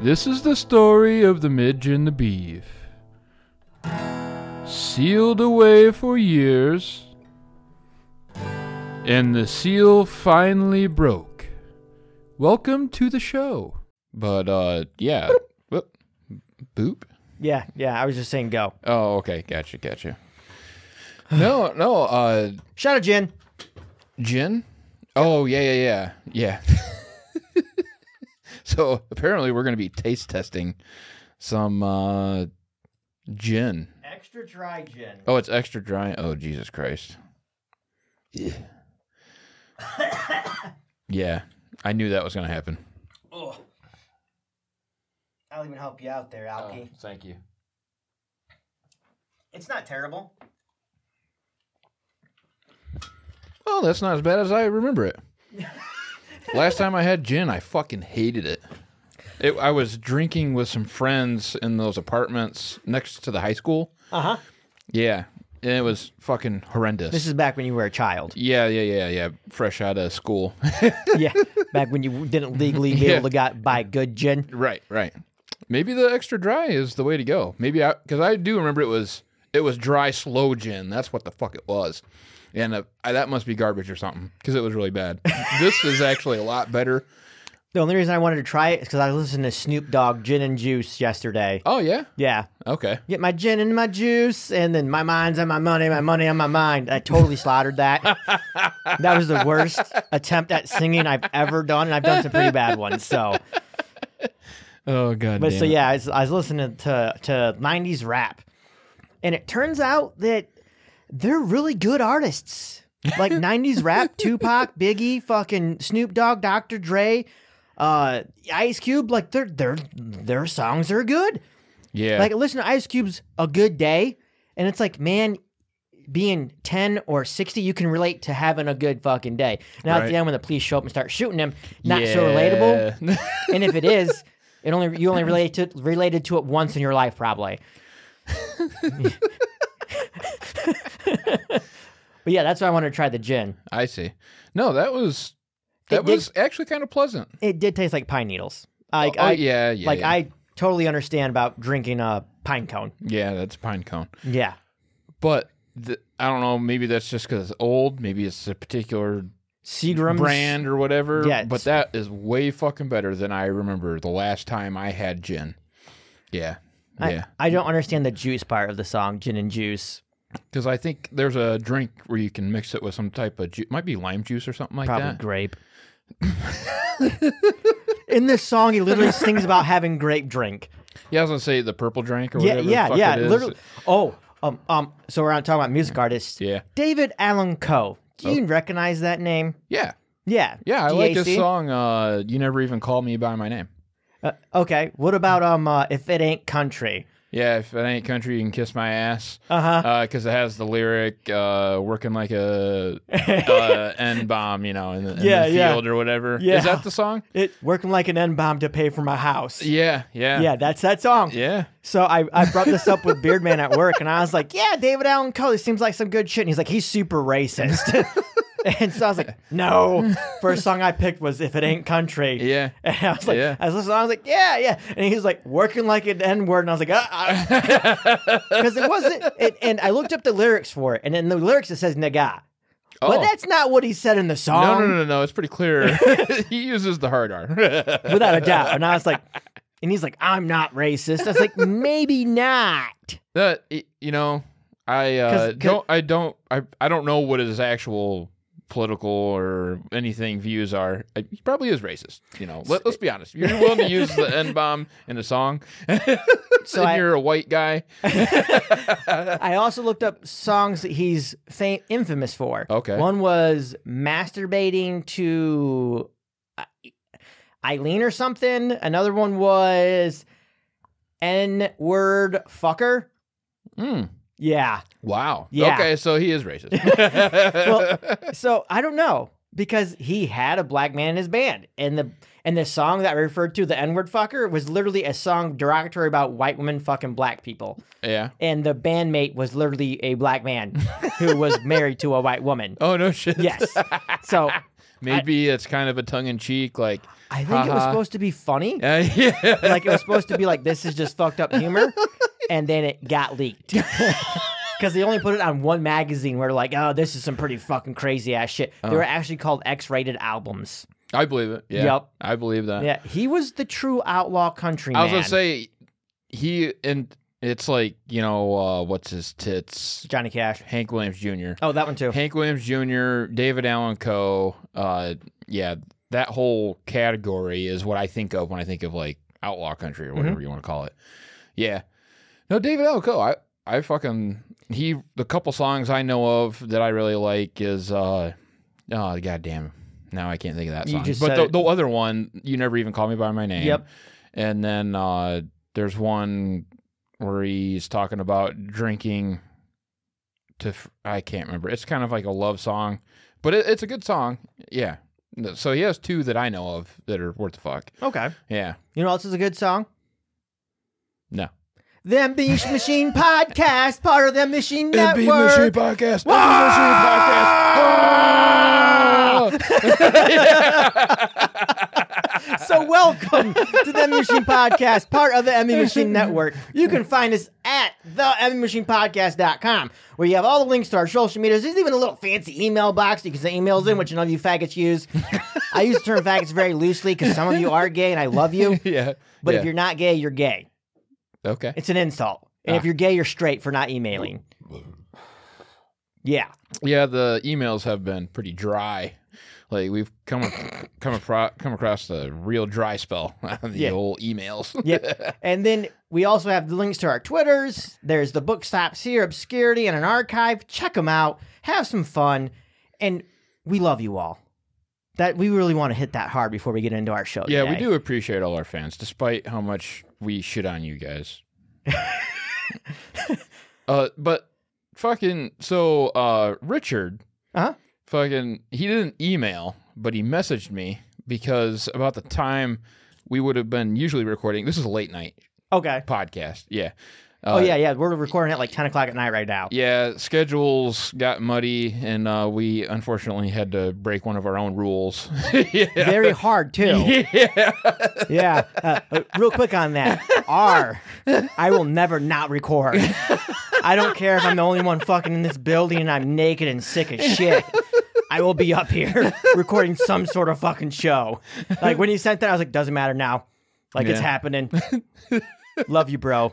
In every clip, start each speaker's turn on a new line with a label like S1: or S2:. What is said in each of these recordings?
S1: This is the story of the midge and the beef. Sealed away for years, and the seal finally broke. Welcome to the show.
S2: But uh, yeah. Whoop. Boop.
S3: Yeah, yeah. I was just saying go.
S2: Oh, okay. Gotcha. Gotcha. No, no. Uh,
S3: Shout out, Jen.
S2: Jin. Oh yeah, yeah, yeah, yeah. so apparently we're gonna be taste testing some uh, gin.
S3: Extra dry Jen.
S2: Oh, it's extra dry. Oh, Jesus Christ. Ugh. yeah, I knew that was gonna happen. Oh.
S3: I'll even help you out there, Alki.
S2: Oh, thank you.
S3: It's not terrible.
S2: Oh, that's not as bad as I remember it. Last time I had gin, I fucking hated it. it. I was drinking with some friends in those apartments next to the high school.
S3: Uh huh.
S2: Yeah, and it was fucking horrendous.
S3: This is back when you were a child.
S2: yeah, yeah, yeah, yeah. Fresh out of school.
S3: yeah, back when you didn't legally be
S2: Yeah.
S3: able to got, buy good gin.
S2: right, right. Maybe the extra dry is the way to go. Maybe I because I do remember it was it was dry slow gin. That's what the fuck it was. And uh, I, that must be garbage or something because it was really bad. this is actually a lot better.
S3: The only reason I wanted to try it is because I listened to Snoop Dogg Gin and Juice yesterday.
S2: Oh yeah.
S3: Yeah.
S2: Okay.
S3: Get my gin and my juice, and then my mind's on my money, my money on my mind. I totally slaughtered that. that was the worst attempt at singing I've ever done, and I've done some pretty bad ones. So,
S2: Oh god.
S3: but so yeah, I was, I was listening to to '90s rap, and it turns out that they're really good artists. Like '90s rap, Tupac, Biggie, fucking Snoop Dogg, Dr. Dre, uh, Ice Cube. Like their their their songs are good.
S2: Yeah.
S3: Like listen to Ice Cube's a good day, and it's like, man, being ten or sixty, you can relate to having a good fucking day. Now at
S2: Right.
S3: the end when the police show up and start shooting him, not so relatable. And if it is, it only you only relate to related to it once in your life probably. but yeah, that's why I wanted to try the gin.
S2: I see. No, that was that
S3: It did-
S2: was actually kind of pleasant.
S3: It did taste like pine needles. Like
S2: oh,
S3: I
S2: yeah, yeah.
S3: like
S2: yeah.
S3: I totally understand about drinking a pine cone.
S2: Yeah, that's pine cone.
S3: Yeah.
S2: But th- I don't know. Maybe that's just because it's old. Maybe it's a particular
S3: Seagram's
S2: brand or whatever.
S3: Mm, Yeah,
S2: But
S3: it's-
S2: that is way fucking better than I remember the last time I had gin. Yeah.
S3: I,
S2: yeah.
S3: I don't understand the juice part of the song, gin and juice.
S2: Because I think there's a drink where you can mix it with some type of juice. Might be lime juice or something like
S3: Probably
S2: that.
S3: grape. In this song, he literally sings about having grape drink.
S2: yeah, I was going to say the purple drink or
S3: Yeah,
S2: whatever. the
S3: yeah,
S2: fuck
S3: yeah.
S2: it is.
S3: Literally. Oh, um, um. So we're not talking about music artists.
S2: Yeah.
S3: David Allen Coe. Do you recognize that name?
S2: Yeah.
S3: Yeah.
S2: Yeah. I like this
S3: DAC?
S2: song, uh, You Never Even Call Me By My Name.
S3: Uh, okay. What about um? Uh, if it ain't country.
S2: Yeah, if it ain't country, you can kiss my ass.
S3: Uh-huh.
S2: Because it has the lyric uh, "working like a uh, n bomb," you know, in the, in
S3: Yeah,
S2: the
S3: yeah.
S2: field or whatever.
S3: Yeah.
S2: Is that the song?
S3: It working like an N bomb to pay for my house.
S2: Yeah, yeah,
S3: Yeah, that's that song.
S2: yeah.
S3: So I, I brought this up with Beardman at work, and I was like, "Yeah, David Allen Coe this seems like some good shit." And he's like, "He's super racist." and so I was like, "No." First song I picked was "If It Ain't Country."
S2: Yeah.
S3: And I was like,
S2: Yeah.
S3: I was listening. I was like, "Yeah, yeah." And he was like, "Working like an N word," and I was like, "Because it wasn't." It, and I looked up the lyrics for it, and in the lyrics it says "nigga," but
S2: Oh.
S3: that's not what he said in the
S2: No,
S3: song,
S2: no, no, no, no. It's pretty clear. he uses the hard R.
S3: without a doubt. And I was like, and he's like, "I'm not racist." I was like, "Maybe not."
S2: that y- you know, I uh,
S3: 'Cause- 'cause-
S2: don't. I don't. I I don't know what his actual political or anything views are. I, he probably is racist. You know, Let, let's be honest. You're willing to use the n bomb in a song,
S3: So
S2: and
S3: I-
S2: you're a white guy.
S3: I also looked up songs that he's fam- infamous for.
S2: Okay.
S3: One was masturbating to uh, Eileen or something. Another one was N word fucker.
S2: Mm.
S3: Yeah.
S2: Wow.
S3: Yeah.
S2: Okay, so he is racist.
S3: Well, so I don't know because he had a black man in his band, and the and the song that I referred to, the N word fucker, was literally a song derogatory about white women fucking black people.
S2: yeah.
S3: And the bandmate was literally a black man who was married to a white woman.
S2: Oh no shit.
S3: Yes. So
S2: Maybe it's kind of a tongue in cheek, like
S3: I think it was
S2: haha.
S3: supposed to be funny.
S2: Uh, yeah.
S3: like it was supposed to be like this is just fucked up humor, and then it got leaked because they only put it on one magazine. Where like, oh, this is some pretty fucking crazy ass shit. They were
S2: Uh-huh.
S3: actually called X-rated albums.
S2: I believe it. Yeah,
S3: Yep.
S2: I believe that.
S3: Yeah, he was the true outlaw country.
S2: Uh-huh. I was gonna say he and it's like you know uh, what's his tits?
S3: Johnny Cash.
S2: Hank Williams Jr.
S3: Oh, that one too.
S2: Hank Williams Jr., David Allen Coe. Uh, yeah, that whole category is what I think of when I think of like outlaw country or whatever
S3: Mm-hmm.
S2: you want to call it. Yeah, no, David Allen Coe. I I fucking he. The couple songs I know of that I really like is uh oh goddamn. Now I can't think of that
S3: You
S2: song.
S3: just
S2: but
S3: said
S2: the,
S3: it.
S2: the other one, you never even call me by my name.
S3: Yep.
S2: And then uh, there's one where he's talking about drinking to f- I can't remember. It's kind of like a love song, but it, it's a good song. Yeah. No, So he has two that I know of that are worth the fuck.
S3: Okay.
S2: Yeah.
S3: You know what else is a good song?
S2: No.
S3: Them Beach Machine Podcast, part of the Machine Network.
S2: podcast.
S3: So
S2: Uh,
S3: welcome to the Emmy Machine Podcast, part of the Emmy Machine Network. You can find us at theemmymachinepodcast.com, where you have all the links to our social medias. There's even a little fancy email box that you can send emails in, which none of you faggots use. I use the term faggots very loosely because some of you are gay and I love you,
S2: yeah.
S3: but
S2: yeah.
S3: if you're not gay, you're gay.
S2: okay.
S3: It's an insult. And if
S2: Ah.
S3: you're gay, you're straight for not emailing. Yeah.
S2: Yeah, the emails have been pretty dry. Like we've come come across come across the real dry spell on the
S3: Yeah.
S2: old emails.
S3: Yep. and then we also have the links to our Twitters. There's the book stops here, obscurity, and an archive. Check them out. Have some fun, and we love you all. That we really want to hit that hard before we get into our show.
S2: Yeah, we
S3: today.
S2: do appreciate all our fans, despite how much we shit on you guys. uh, but fucking so uh, Richard,
S3: Uh-huh.
S2: fucking he didn't email, but he messaged me because about the time we would have been usually recording. This is a late night
S3: Okay.
S2: podcast. Yeah.
S3: oh
S2: Uh,
S3: yeah, yeah. We're recording at like ten o'clock at night right now.
S2: Yeah, schedules got muddy, and uh, we unfortunately had to break one of our own rules. yeah.
S3: Very hard too.
S2: yeah.
S3: yeah. Uh, uh, real quick on that. R. I will never not record. I don't care if I'm the only one fucking in this building and I'm naked and sick as shit. I will be up here recording some sort of fucking show. Like when you sent that, I was like, doesn't matter now. Like it's
S2: Yeah.
S3: happening. Love you, bro.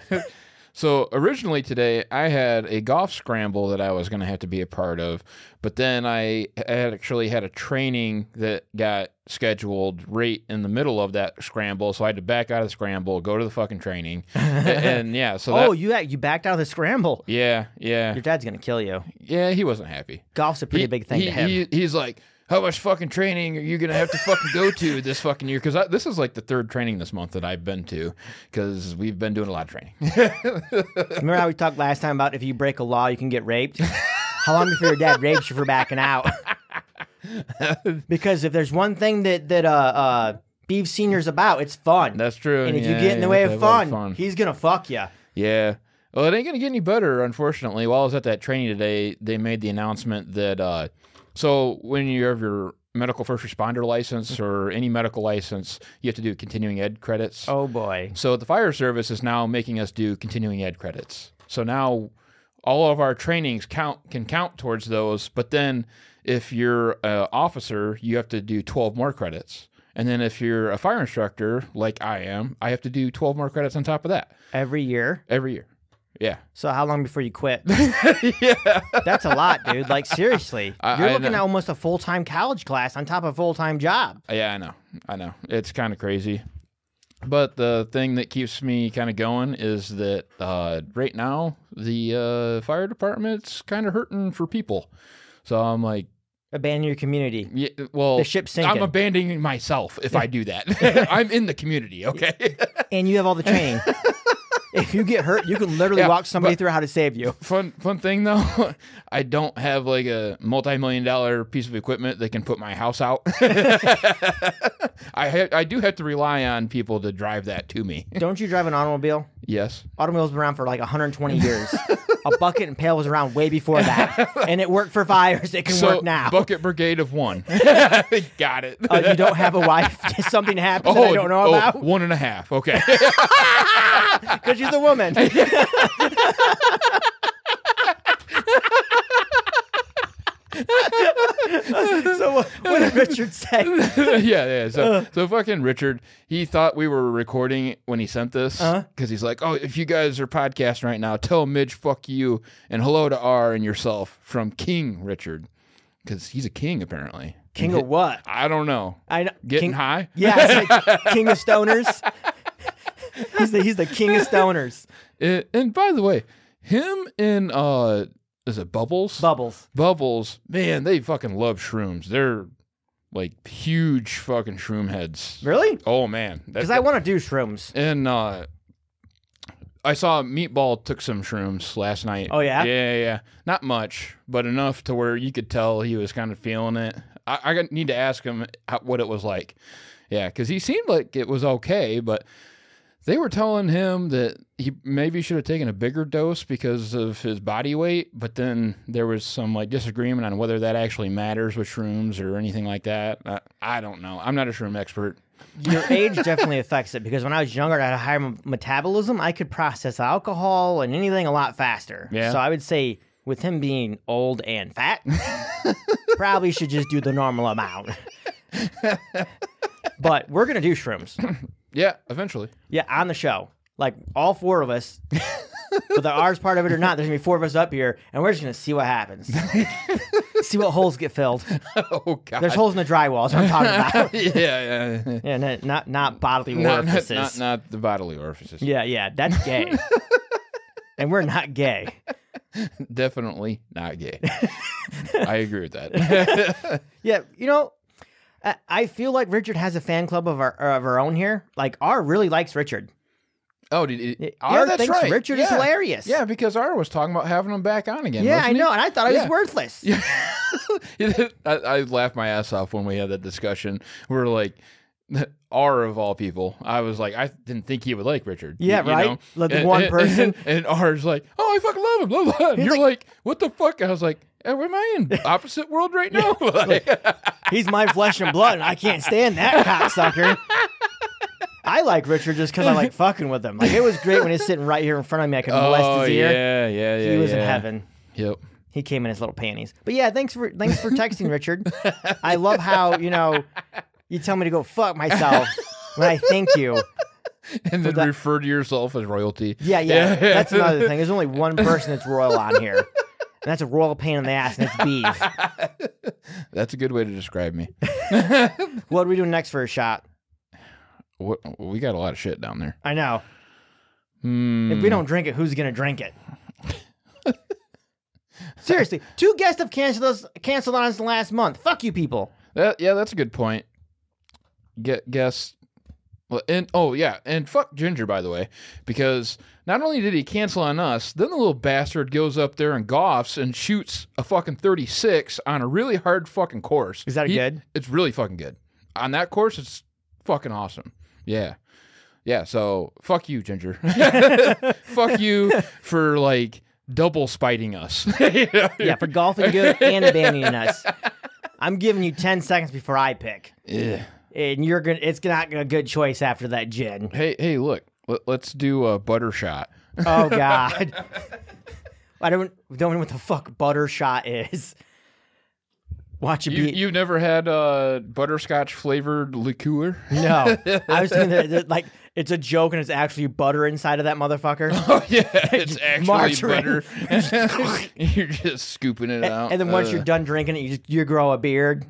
S2: So originally today, I had a golf scramble that I was going to have to be a part of, but then I had actually had a training that got scheduled right in the middle of that scramble, so I had to back out of the scramble, go to the fucking training, and yeah, so that,
S3: Oh, you you backed out of the scramble.
S2: yeah, yeah,
S3: Your dad's gonna kill you.
S2: yeah, he wasn't happy.
S3: Golf's a pretty
S2: He-
S3: big thing
S2: he-
S3: to him.
S2: he- he's like. How much fucking training are you gonna have to fucking go to this fucking year? Because this is like the third training this month that I've been to, because we've been doing a lot of training.
S3: Remember how we talked last time about if you break a law, you can get raped? How long before your dad rapes you for backing out? because if there's one thing that that uh, uh, Beef Senior's about, it's fun.
S2: That's true.
S3: and if you
S2: yeah,
S3: get in the
S2: yeah,
S3: way
S2: they
S3: of
S2: love
S3: fun, he's gonna fuck you.
S2: Yeah. Well, it ain't gonna get any better, unfortunately. While I was at that training today, they made the announcement that uh, so when you have your medical first responder license
S3: Mm.
S2: or any medical license, you have to do continuing ed credits.
S3: Oh boy.
S2: So the fire service is now making us do continuing ed credits. So now all of our trainings count can count towards those, but then if you're an officer, you have to do 12 more credits. And then if you're a fire instructor like I am, I have to do 12 more credits on top of that
S3: Every year.
S2: every year. Yeah.
S3: So how long before you quit?
S2: yeah.
S3: That's a lot, dude. Like seriously,
S2: I-
S3: you're
S2: I
S3: looking
S2: know.
S3: at almost a full time college class on top of a full time job.
S2: Yeah, I know. I know. It's kind of crazy. But the thing that keeps me kind of going is that uh, right now the uh, fire department's kind of hurting for people. So I'm like,
S3: Abandon your community.
S2: yeah, well,
S3: The ship's
S2: I'm
S3: sinking.
S2: abandoning myself if I do that. I'm in the community, okay?
S3: And you have all the training. if you get hurt, you can literally
S2: Yeah,
S3: walk somebody through how to save you.
S2: fun fun thing though, I don't have like a multi-million dollar piece of equipment that can put my house out. I ha- I do have to rely on people to drive that to me.
S3: Don't you drive an automobile?
S2: Yes.
S3: Automobile's been around for like 120 years. a bucket and pail was around way before that, and it worked for fires. It can
S2: So
S3: work now.
S2: bucket brigade of one. Got it.
S3: uh, you don't have a wife. Did something happen that I don't know
S2: oh,
S3: about?
S2: one and a half. Okay.
S3: Because she's a woman. so what, what did Richard say?
S2: yeah, yeah. So,
S3: Uh.
S2: so fucking Richard, he thought we were recording when he sent this because
S3: Uh-huh.
S2: he's like, "Oh, if you guys are podcasting right now, tell Midge fuck you and hello to R and yourself from King Richard, because he's a king apparently.
S3: King of what?
S2: I don't know.
S3: I know.
S2: Getting
S3: king,
S2: high.
S3: Yeah, it's like king of stoners. he's the he's the king of stoners.
S2: Uh, and by the way, him and uh, is it Bubbles?
S3: Bubbles.
S2: Bubbles, man, they fucking love shrooms. They're like huge fucking shroom heads.
S3: Really?
S2: Oh man, That-
S3: Because I want to do shrooms.
S2: And uh, I saw Meatball took some shrooms last night.
S3: Oh, yeah?
S2: yeah, yeah. Not much, but enough to where you could tell he was kind of feeling it. I, I got- need to ask him how, what it was like. Yeah, because he seemed like it was okay, but they were telling him that he maybe should have taken a bigger dose because of his body weight. But then there was some like disagreement on whether that actually matters with shrooms or anything like that. I, I don't know. I'm not a shroom expert.
S3: Your age definitely affects it because when I was younger, I had a higher m- metabolism. I could process alcohol and anything a lot faster.
S2: Yeah.
S3: So I would say, with him being old and fat, probably should just do the normal amount. but we're gonna do shrooms.
S2: Yeah, eventually.
S3: Yeah, on the show. Like all four of us, whether ours part of it or not, there's gonna be four of us up here, and we're just gonna see what happens. see what holes get filled.
S2: Oh God.
S3: There's holes in the drywall, is what I'm talking about.
S2: yeah, yeah. yeah.
S3: Yeah, no, not not bodily
S2: Not, not,
S3: orifices.
S2: not, not the bodily orifices.
S3: Yeah, yeah, that's gay. and we're not gay.
S2: Definitely not gay. I agree with that.
S3: Yeah, you know, I- I feel like Richard has a fan club of our of our own here. Like R really likes Richard.
S2: oh, did it,
S3: R thinks Richard is hilarious.
S2: Yeah, because R was talking about having him back on again.
S3: Yeah,
S2: wasn't
S3: I
S2: he?
S3: know, and I thought I was
S2: Yeah.
S3: worthless.
S2: I, I laughed my ass off when we had that discussion. We were like, R of all people. I was like, I didn't think he would like Richard.
S3: Yeah, right? Like the one person.
S2: And, R's like, oh, I fucking love him. Blah, blah. And you're like, what the fuck? And I was like, am I in opposite world right now? Like,
S3: He's my flesh and blood, and I can't stand that cocksucker. I like Richard just because I like fucking with him. Like it was great when he's sitting right here in front of me. I could molest
S2: oh,
S3: his ear.
S2: yeah, yeah, yeah.
S3: he was in
S2: yeah.
S3: heaven.
S2: Yep.
S3: He came in his little panties. But yeah, thanks for thanks for texting, Richard. I love how you know you tell me to go fuck myself when I thank you.
S2: and then
S3: that-
S2: refer to yourself as royalty.
S3: Yeah, yeah. That's another thing. There's only one person that's royal on here. And that's a royal pain in the ass, and it's beef.
S2: That's a good way to describe me.
S3: What are we doing next for a shot?
S2: What, we got a lot of shit down there.
S3: I know.
S2: Hmm.
S3: If we don't drink it, who's gonna drink it? Seriously, two guests have canceled us canceled on us in the last month. Fuck you people.
S2: That, yeah, that's a good point. Get guess. Well, and oh yeah, and fuck Ginger by the way, because not only did he cancel on us, then the little bastard goes up there and golfs and shoots a fucking thirty six on a really hard fucking course.
S3: Is that
S2: He-
S3: good?
S2: It's really fucking good. On that course, it's fucking awesome. Yeah. Yeah, so fuck you, Ginger. fuck you for like double spiting us.
S3: Yeah, for golfing good and abandoning us. I'm giving you ten seconds before I pick.
S2: Yeah.
S3: and you're gonna it's not a good choice after that gin
S2: Hey, hey, look. Let, let's do a butter shot.
S3: oh god i don't don't know what the fuck butter shot is watch it
S2: You,
S3: be
S2: you've never had uh, butterscotch flavored liqueur?
S3: no i was thinking that, that, like it's a joke and it's actually butter inside of that motherfucker
S2: Oh yeah, it's actually
S3: margarine.
S2: butter. you're just scooping it out.
S3: and then once
S2: Uh,
S3: you're done drinking it you just, you grow a beard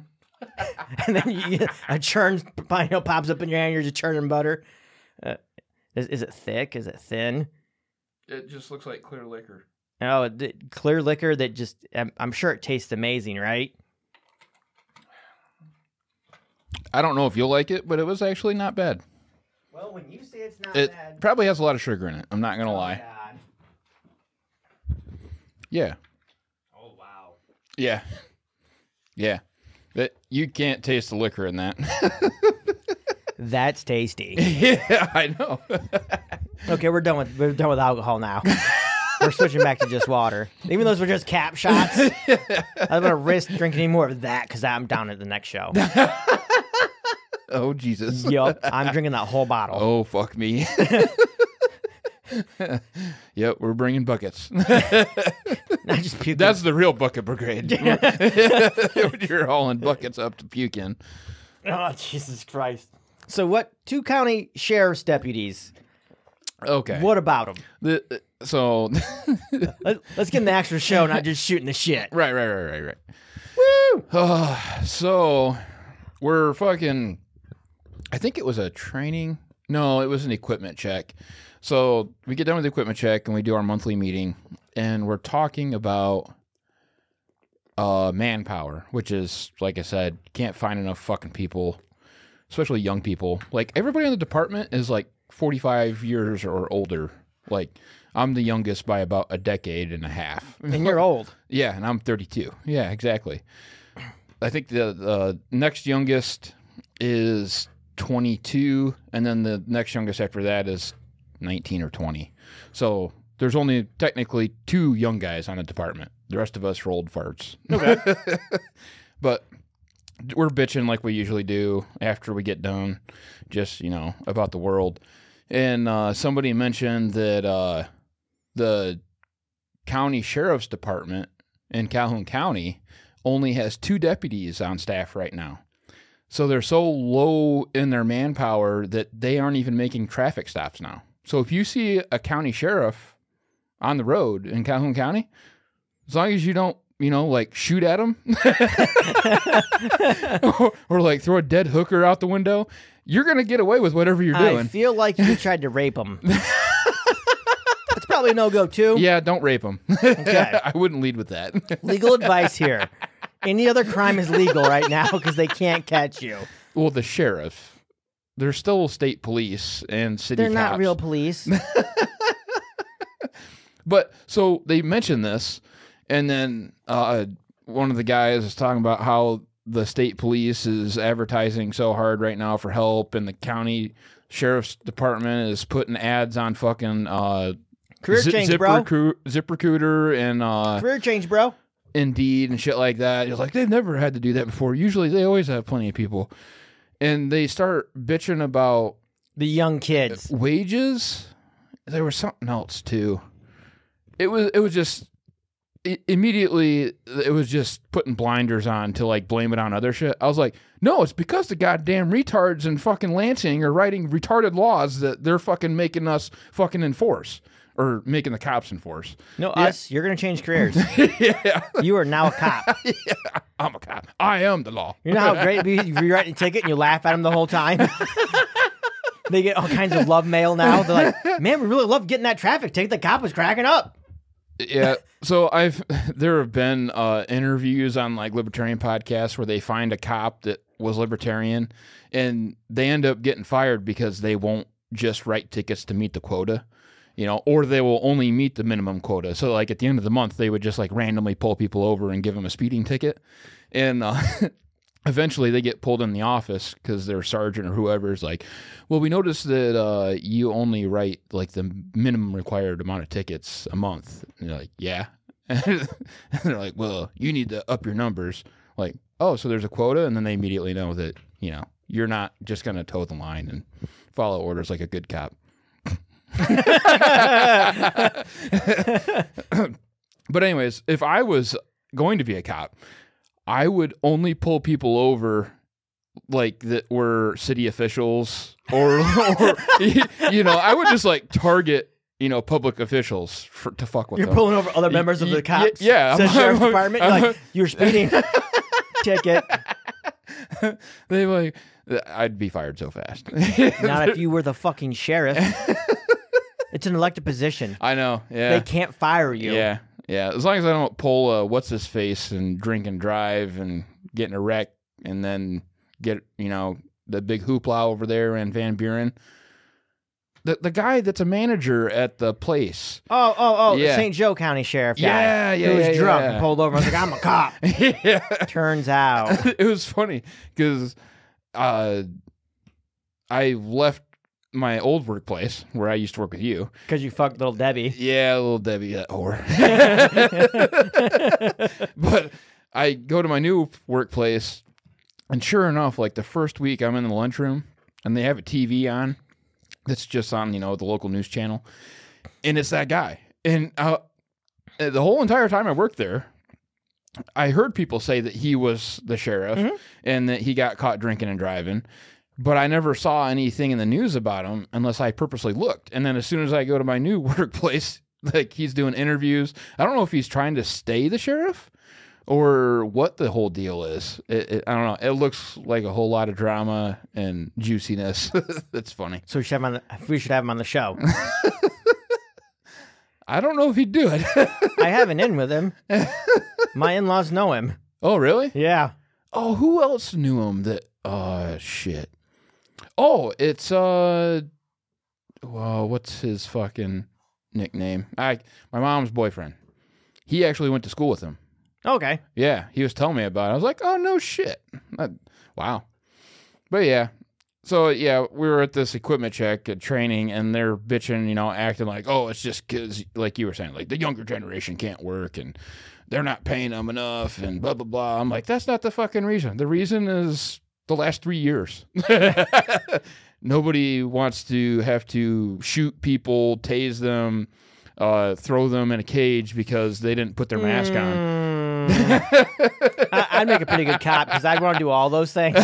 S3: and then you, you- a churn you know, pops up in your hand you're just churning butter uh, is, is it thick is it thin
S2: it just looks like clear liquor.
S3: oh the clear liquor that just I'm, I'm sure it tastes amazing right
S2: I don't know if you'll like it, but it was actually not bad.
S3: Well, when you say it's not Oh,
S2: It probably has a lot of sugar in it. I'm not gonna lie.
S3: God.
S2: Yeah.
S3: Oh wow.
S2: Yeah. Yeah. That you can't taste the liquor in that.
S3: That's tasty.
S2: yeah, I know.
S3: Okay, we're done with we're done with alcohol now. We're switching back to just water. Even those were just cap shots. I don't want to risk drinking any more of that because I'm down at the next show.
S2: Oh Jesus.
S3: yup. I'm drinking that whole bottle.
S2: Oh fuck me. yep, we're bringing buckets.
S3: I just puked.
S2: That's the real bucket brigade. You're hauling buckets up to puking.
S3: oh, Jesus Christ. So, what two county sheriff's deputies?
S2: Okay.
S3: What about them?
S2: The, so,
S3: Let, let's get in the actual show, not just shooting the shit.
S2: right, right, right, right, right. Woo! so, we're fucking. I think it was a training. No, it was an equipment check. So we get done with the equipment check and we do our monthly meeting, and we're talking about uh, manpower, which is like I said, can't find enough fucking people, especially young people. Like everybody in the department is like forty-five years or older. Like I'm the youngest by about a decade and a half.
S3: And you're old.
S2: Yeah, and I'm 32. Yeah, exactly. I think the the next youngest is 22, and then the next youngest after that is 19 or 20. So there's only technically two young guys on the department. The rest of us are old farts.
S3: Okay.
S2: But we're bitching like we usually do after we get done, just you know about the world. And uh, somebody mentioned that uh, the county sheriff's department in Calhoun County only has two deputies on staff right now. So they're so low in their manpower that they aren't even making traffic stops now. So if you see a county sheriff on the road in Calhoun County, as long as you don't, you know, like shoot at him or, or, like throw a dead hooker out the window, you're going to get away with whatever you're
S3: I
S2: doing.
S3: feel like you tried to rape them. That's probably no go, too.
S2: yeah, don't rape him.
S3: Okay.
S2: I wouldn't lead with that.
S3: Legal advice here. Any other crime is legal right now because they can't catch you.
S2: well, the sheriff, they're still state police and city
S3: They're not
S2: cops.
S3: real police.
S2: But so they mentioned this, and then uh, one of the guys is talking about how the state police is advertising so hard right now for help, and the county sheriff's department is putting ads on fucking uh,
S3: Career change, bro.
S2: Recru- ZipRecruiter and uh,
S3: Career change, bro.
S2: Indeed and shit like that. It's like they've never had to do that before. Usually they always have plenty of people, and they start bitching about
S3: The young kids.
S2: wages. There was something else too. It was it was just i- immediately it was just putting blinders on to like blame it on other shit. I was like, no, it's because the goddamn retards in fucking Lansing are writing retarded laws that they're fucking making us fucking enforce or making the cops enforce.
S3: No, us. You're going to change careers.
S2: yeah,
S3: You are now a cop.
S2: I'm a cop. I am the law.
S3: You know how great it'd be? You rewrite a ticket and you laugh at them the whole time? they get all kinds of love mail now. They're like, man, we really love getting that traffic ticket. The cop was cracking up.
S2: yeah so i've there have been uh interviews on like libertarian podcasts where they find a cop that was libertarian and they end up getting fired because they won't just write tickets to meet the quota you know or they will only meet the minimum quota so like at the end of the month they would just like randomly pull people over and give them a speeding ticket and uh eventually they get pulled in the office because their sergeant or whoever is like, "Well, we noticed that uh, you only write like the minimum required amount of tickets a month." And you're like, "Yeah," and they're like, "Well, you need to up your numbers." Like, "Oh, so there's a quota," and then they immediately know that you know you're not just gonna toe the line and follow orders like a good cop. But anyways, if I was going to be a cop, I would only pull people over like that were city officials or, or you know, I would just like target you know public officials for, to fuck with
S3: You're
S2: them.
S3: pulling over other
S2: Y-
S3: members of
S2: y-
S3: the cops.
S2: yeah,
S3: says
S2: I'm-
S3: sheriff's
S2: I'm-
S3: department.
S2: I'm-
S3: You're like, you're speeding. ticket.
S2: they like I'd be fired so fast.
S3: Not if you were the fucking sheriff. it's an elected position.
S2: I know. Yeah.
S3: They can't fire you.
S2: Yeah, yeah. As long as I don't pull uh, what's his face and drink and drive and get in a wreck and then get you know the big hoopla over there and Van Buren. The the guy that's a manager at the place.
S3: Oh, oh, oh, the
S2: Yeah.
S3: St. Joe County Sheriff guy.
S2: Yeah, yeah,
S3: Who was
S2: yeah,
S3: drunk
S2: yeah.
S3: and pulled over. I was like, I'm a cop.
S2: yeah,
S3: Turns out.
S2: it was funny because uh, I left my old workplace where I used to work with you.
S3: because you fucked little Debbie.
S2: Yeah, little Debbie, that whore. but I go to my new workplace, and sure enough, like the first week, I'm in the lunchroom, and they have a TV on that's just on, you know, the local news channel, and it's that guy. And uh, the whole entire time I worked there, I heard people say that he was the sheriff and that he got caught drinking and driving. But I never saw anything in the news about him unless I purposely looked. And then as soon as I go to my new workplace, like he's doing interviews. I don't know if he's trying to stay the sheriff or what the whole deal is. It, it, I don't know. It looks like a whole lot of drama and juiciness. That's funny.
S3: So we should have him on the, we should have him on the show.
S2: I don't know if he'd do it.
S3: I have an in with him. My in-laws know him.
S2: oh, really?
S3: Yeah.
S2: Oh, who else knew him that uh shit. Oh, it's uh well, what's his fucking nickname? I my mom's boyfriend. He actually went to school with him.
S3: Okay.
S2: Yeah, he was telling me about it. I was like, "Oh no shit." That- wow. But yeah. So yeah, we were at this equipment check at training and they're bitching, you know, acting like, "Oh, it's just cuz like you were saying, like the younger generation can't work and they're not paying them enough and blah blah blah." I'm like, "That's not the fucking reason. The reason is the last 3 years." Nobody wants to have to shoot people, tase them, uh, throw them in a cage because they didn't put their mask on.
S3: Mm. I, I'd make a pretty good cop because I'd want to do all those things.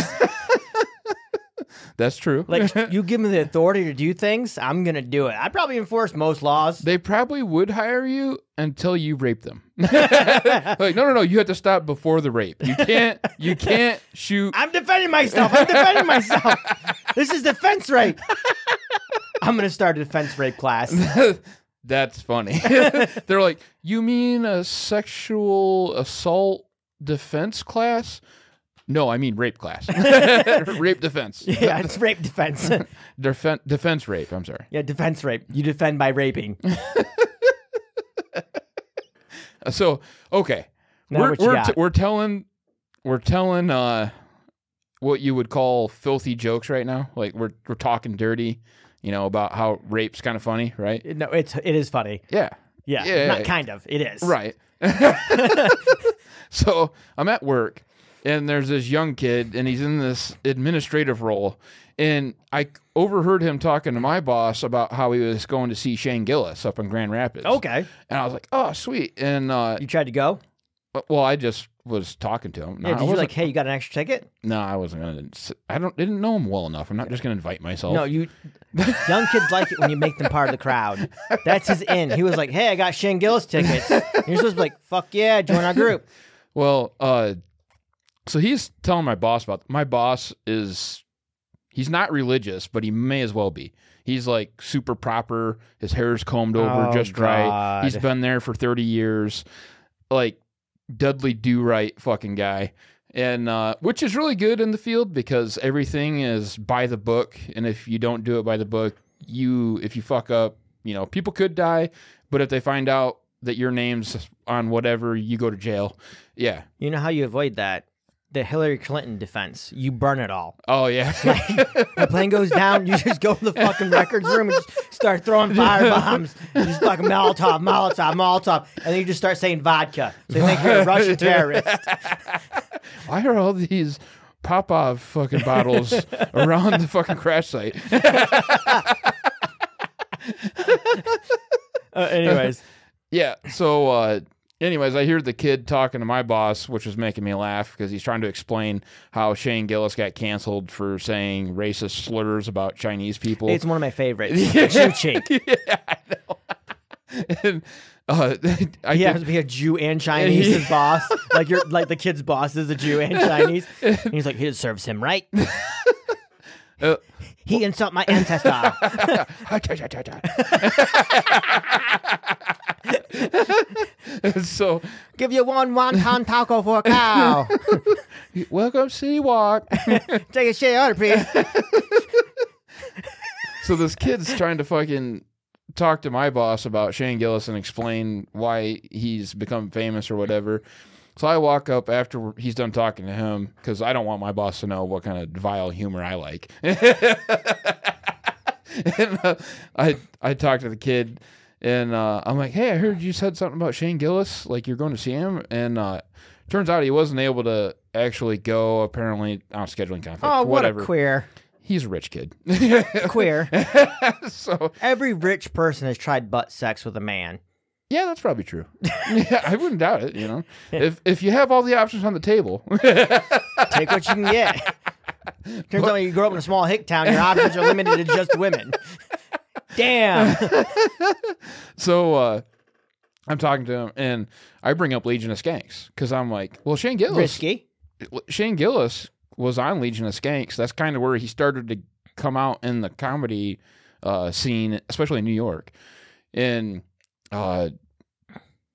S2: That's true.
S3: Like you give me the authority to do things, I'm gonna do it. I'd probably enforce most laws.
S2: they probably would hire you until you rape them. like, no, no, no. You have to stop before the rape. You can't. You can't shoot.
S3: I'm defending myself. I'm defending myself. This is defense rape. I'm gonna start a defense rape class.
S2: That's funny. They're like, you mean a sexual assault defense class? No, I mean rape class. rape defense.
S3: Yeah, it's rape defense.
S2: Defen- defense rape. I'm sorry.
S3: Yeah, defense rape. You defend by raping.
S2: Uh, So okay,
S3: Now
S2: we're
S3: what you
S2: we're,
S3: got?
S4: we're telling we're telling uh, what you would call filthy jokes right now. Like we're we're talking dirty, you know, about how rape's kind of funny, right?
S3: No, it's it is funny.
S2: Yeah,
S3: Yeah,
S2: Yeah.
S3: not kind of. It is.
S2: right. so I'm at work, and there's this young kid, and he's in this administrative role, and I overheard him talking to my boss about how he was going to see Shane Gillis up in Grand Rapids.
S3: Okay.
S2: and I was like, oh, sweet, and uh,
S3: You tried to go.
S2: well, I just was talking to him. No,
S3: Yeah,
S2: I
S3: did you
S2: wasn't-
S3: like? Hey, you got an extra ticket?
S2: No, I wasn't gonna. s- I don't didn't know him well enough. I'm not just gonna invite myself.
S3: No, you. Young kids like it when you make them part of the crowd. That's his in. He was like, "Hey, I got Shane Gillis tickets." And you're supposed to be like, "Fuck yeah, join our group."
S2: Well, uh, so he's telling my boss about my boss is he's not religious, but he may as well be. He's like super proper. His hair's combed over
S3: Oh,
S2: just right. He's
S3: God.
S2: been there for 30 years. Like Dudley Do Right fucking guy. And uh, which is really good in the field because everything is by the book. And if you don't do it by the book, you, if you fuck up, you know, people could die. But if they find out that your name's on whatever, you go to jail. Yeah.
S3: You know how you avoid that? The Hillary Clinton defense. You burn it all.
S2: Oh, yeah.
S3: The plane goes down. You just go to the fucking records room and just start throwing fire bombs. You just fucking Molotov, Molotov, Molotov, and then you just start saying vodka. So they think you're a Russian terrorist.
S2: Why are all these Popov fucking bottles around the fucking crash site?
S3: Uh, anyways,
S2: yeah. So, uh, anyways, I hear the kid talking to my boss, which was making me laugh because he's trying to explain how Shane Gillis got canceled for saying racist slurs about Chinese people.
S3: it's one of my favorites. Jew cheek.
S2: yeah, I know. and, uh, I
S3: He
S2: think-
S3: happens to be a Jew and Chinese. His boss, like your, like the kid's boss, is a Jew and Chinese. And he's like, he serves him right.
S2: Uh,
S3: he insult my ancestor.
S2: so,
S3: Give you one wonton taco for a cow.
S2: welcome City Walk.
S3: Take a shit out of please.
S2: so this kid's trying to fucking talk to my boss about Shane Gillis and explain why he's become famous or whatever. So I walk up after he's done talking to him because I don't want my boss to know what kind of vile humor I like. and uh, I I talked to the kid, and uh, I'm like, hey, I heard you said something about Shane Gillis, like you're going to see him, and uh, turns out he wasn't able to actually go. Apparently, oh, scheduling conflict.
S3: Oh, what
S2: whatever.
S3: a queer.
S2: He's a rich kid.
S3: Queer.
S2: so
S3: Every rich person has tried butt sex with a man.
S2: yeah, that's probably true. yeah, I wouldn't doubt it. You know, if if you have all the options on the table,
S3: Take what you can get. Turns out you grow up in a small hick town, your options are limited to just women. Damn.
S2: so uh, I'm talking to him, and I bring up Legion of Skanks because I'm like, well, Shane Gillis.
S3: Risky.
S2: Shane Gillis was on Legion of Skanks. That's kind of where he started to come out in the comedy uh, scene, especially in New York. And uh,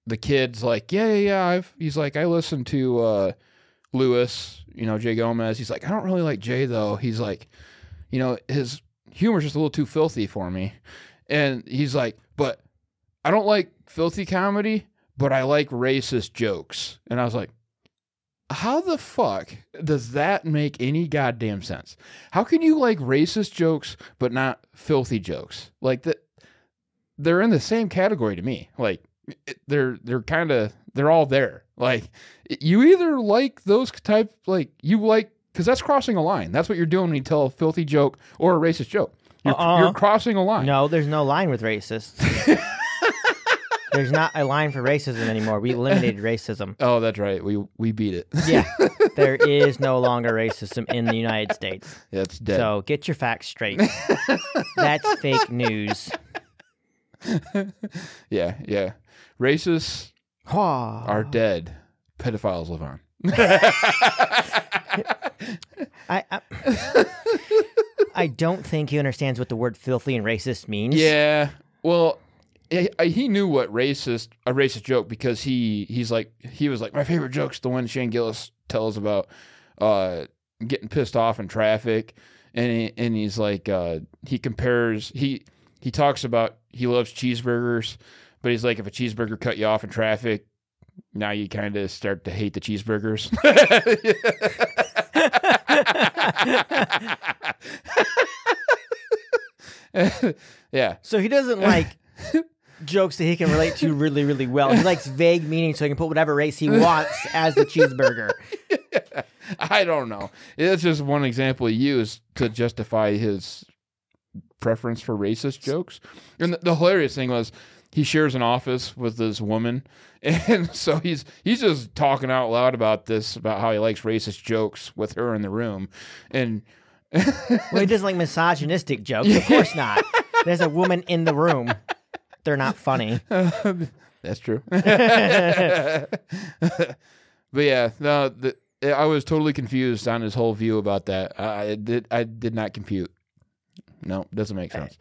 S2: the kid's like, yeah, yeah, yeah. I've, he's like, I listen to uh, Lewis, you know, Jay Gomez. He's like, I don't really like Jay though. He's like, you know, his humor's just a little too filthy for me. And he's like, but I don't like filthy comedy, but I like racist jokes. And I was like, how the fuck does that make any goddamn sense? How can you like racist jokes but not filthy jokes? Like that they're in the same category to me. Like it- they're they're kind of they're all there. Like you either like those type like you like cuz that's crossing a line. That's what you're doing when you tell a filthy joke or a racist joke. You're,
S3: Uh-uh.
S2: you're crossing a line.
S3: No, there's no line with racists. there's not a line for racism anymore. We eliminated racism.
S2: Oh, that's right. We we beat it.
S3: Yeah. There is no longer racism in the United States.
S2: That's dead.
S3: So get your facts straight. That's fake news.
S2: Yeah, yeah. Racists are dead. Pedophiles live on.
S3: I, I, I don't think he understands what the word filthy and racist means.
S2: Yeah. Well, he, he knew what racist a racist joke because he he's like he was like my favorite joke's the one Shane Gillis tells about uh getting pissed off in traffic and he, and he's like uh he compares he he talks about he loves cheeseburgers but he's like if a cheeseburger cut you off in traffic now you kind of start to hate the cheeseburgers. yeah.
S3: So he doesn't like jokes that he can relate to really, really well. He likes vague meaning so he can put whatever race he wants as the cheeseburger.
S2: I don't know. It's just one example he used to justify his preference for racist jokes. And the, the hilarious thing was he shares an office with this woman, and so he's he's just talking out loud about this about how he likes racist jokes with her in the room, and
S3: Well, he doesn't like misogynistic jokes. Of course not. There's a woman in the room. They're not funny.
S2: that's true. But yeah, no, the, I was totally confused on his whole view about that. I, I did I did not compute. No, doesn't make sense.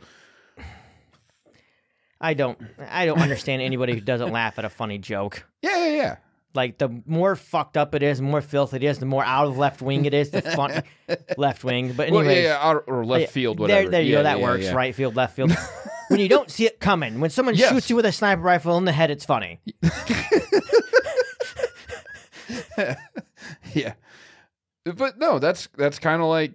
S3: I don't I don't understand anybody who doesn't laugh at a funny joke.
S2: Yeah, yeah, yeah.
S3: Like the more fucked up it is, the more filth it is, the more out of left wing it is, the fun left wing. But anyways,
S2: Well, yeah, yeah, out- or left
S3: Yeah,
S2: field, whatever.
S3: There, there you
S2: yeah,
S3: go. That
S2: yeah,
S3: works.
S2: yeah.
S3: Right field, left field. when you don't see it coming, when someone
S2: Yes.
S3: shoots you with a sniper rifle in the head, it's funny.
S2: Yeah, but no, that's that's kind of like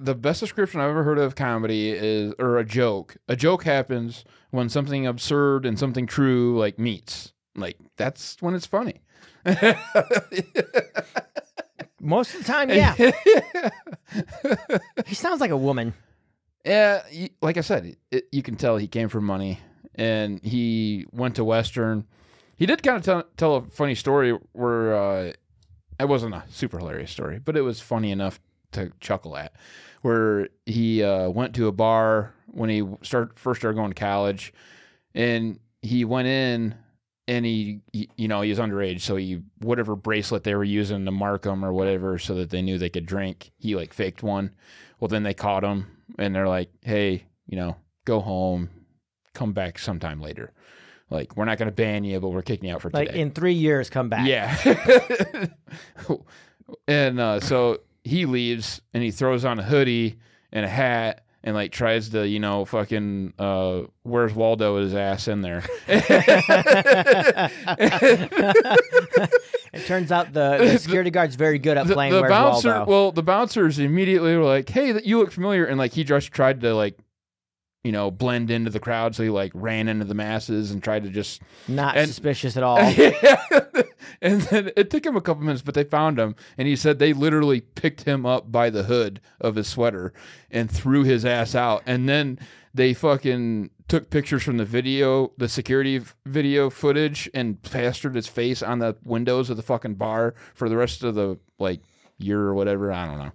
S2: the best description I've ever heard of comedy is or a joke. A joke happens when something absurd and something true like meets. Like that's when it's funny.
S3: Most of the time, yeah. he sounds like a woman.
S2: Yeah, Eh, y- like I said, it, you can tell he came from money, and he went to Western. He did kind of tell, tell a funny story where uh, it wasn't a super hilarious story, but it was funny enough to chuckle at. Where he uh, went to a bar when he start first started going to college, and he went in and he, he you know he was underage so he whatever bracelet they were using to mark him or whatever so that they knew they could drink he like faked one well then they caught him and they're like hey you know go home come back sometime later like we're not going to ban you but we're kicking you out for
S3: Like
S2: today
S3: in three years, come back.
S2: yeah. and uh, so he leaves and he throws on a hoodie and a hat and like tries to, you know, fucking uh where's Waldo his ass in there.
S3: It turns out the, the security guard's very good at
S2: the,
S3: playing
S2: the
S3: Where's
S2: bouncer
S3: Waldo.
S2: well the bouncers immediately were like hey th- you look familiar and like he just tried to like you know, blend into the crowd. So he like ran into the masses and tried to just
S3: Not
S2: And-
S3: suspicious at all.
S2: and then it took him a couple minutes, but they found him. And he said they literally picked him up by the hood of his sweater and threw his ass out. And then they fucking took pictures from the video, the security v- video footage, and plastered his face on the windows of the fucking bar for the rest of the like year or whatever. I don't know.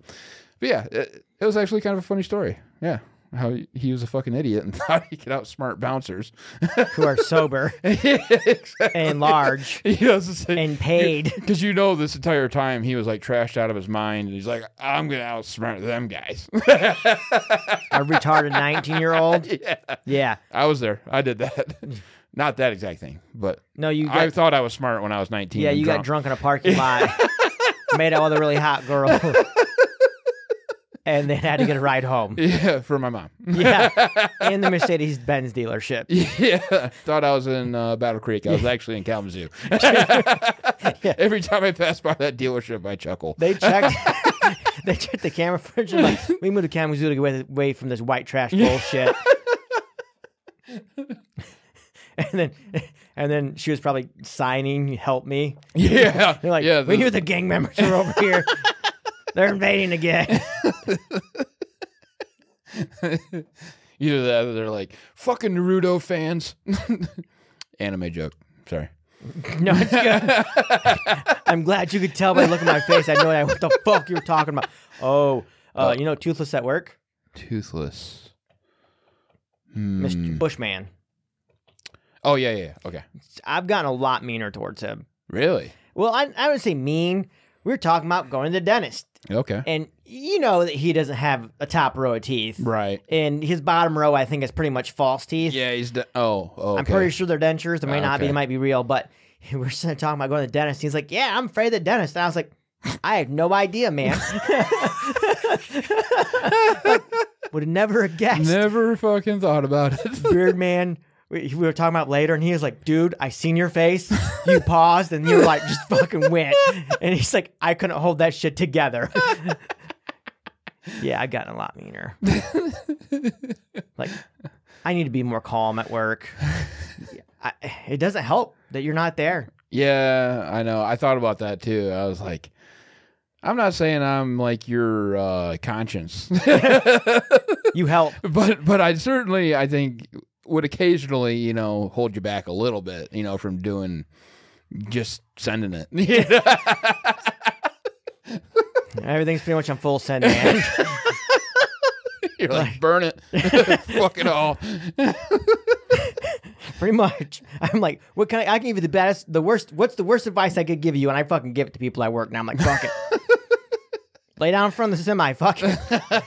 S2: But yeah, it, it was actually kind of a funny story. Yeah. How he- he was a fucking idiot and thought he could outsmart bouncers.
S3: who are sober and large
S2: He doesn't say
S3: and paid.
S2: Because you know, this entire time he was like trashed out of his mind, and he's like, "I'm gonna outsmart them guys."
S3: A retarded 19 year old.
S2: yeah,
S3: Yeah.
S2: I was there. I did that. Not that exact thing, but
S3: No, you got.
S2: I thought I was smart when I was 19.
S3: yeah,
S2: and
S3: you got drunk in a parking lot. made out with a really hot girl. and then had to get a ride home.
S2: Yeah, for my mom.
S3: Yeah. In the Mercedes Benz dealership.
S2: Yeah, thought I was in uh, Battle Creek. I was actually in Kalamazoo. Every time I pass by that dealership, I chuckle.
S3: They checked. they checked the camera footage. and Like, we moved to Kalamazoo to get away- away from this white trash bullshit. and then, and then she was probably signing, "Help me."
S2: Yeah,
S3: They're like,
S2: yeah,
S3: "We
S2: the-
S3: knew the gang members were over here. They're invading again."
S2: Either that or they're like, fucking Naruto fans. Anime joke. Sorry.
S3: No, it's good. I'm glad you could tell by the look at my face. I know what I- what the fuck you were talking about. Oh, uh, you know, toothless at work,
S2: Toothless.
S3: Mr. Bushman.
S2: Oh, yeah, yeah, yeah. Okay.
S3: I've gotten a lot meaner towards him.
S2: Really?
S3: Well, I, I would say mean. We were talking about going to the dentist,
S2: Okay.
S3: and you know that he doesn't have a top row of teeth,
S2: Right.
S3: and his bottom row, I think, is pretty much false teeth.
S2: Yeah, he's done. Oh, oh.
S3: I'm pretty sure they're dentures. They might not be.
S2: Okay.
S3: They might be real. But we we're sitting there talking about going to the dentist. He's like, "Yeah, I'm afraid of the dentist." And I was like, "I had no idea, man. Like, would have never guessed."
S2: Never fucking thought about it.
S3: Beard man. We, we were talking about later, and he was like, "Dude, I seen your face. You paused, and you like just fucking went." And he's like, "I couldn't hold that shit together." yeah, I've gotten a lot meaner. like, I need to be more calm at work. I, it doesn't help that you're not there.
S2: yeah, I know. I thought about that too. I was like, I'm not saying I'm like your uh, conscience,
S3: You help.
S2: but but I certainly I think would occasionally you know hold you back a little bit you know from doing just sending it.
S3: Everything's pretty much on full send, man.
S2: You're like burn it, fuck it all.
S3: pretty much. I'm like, what can I? I can give you the best, the worst. What's the worst advice I could give you? And I fucking give it to people I work. Now I'm like, fuck it. Lay down in front of the semi, fuck it.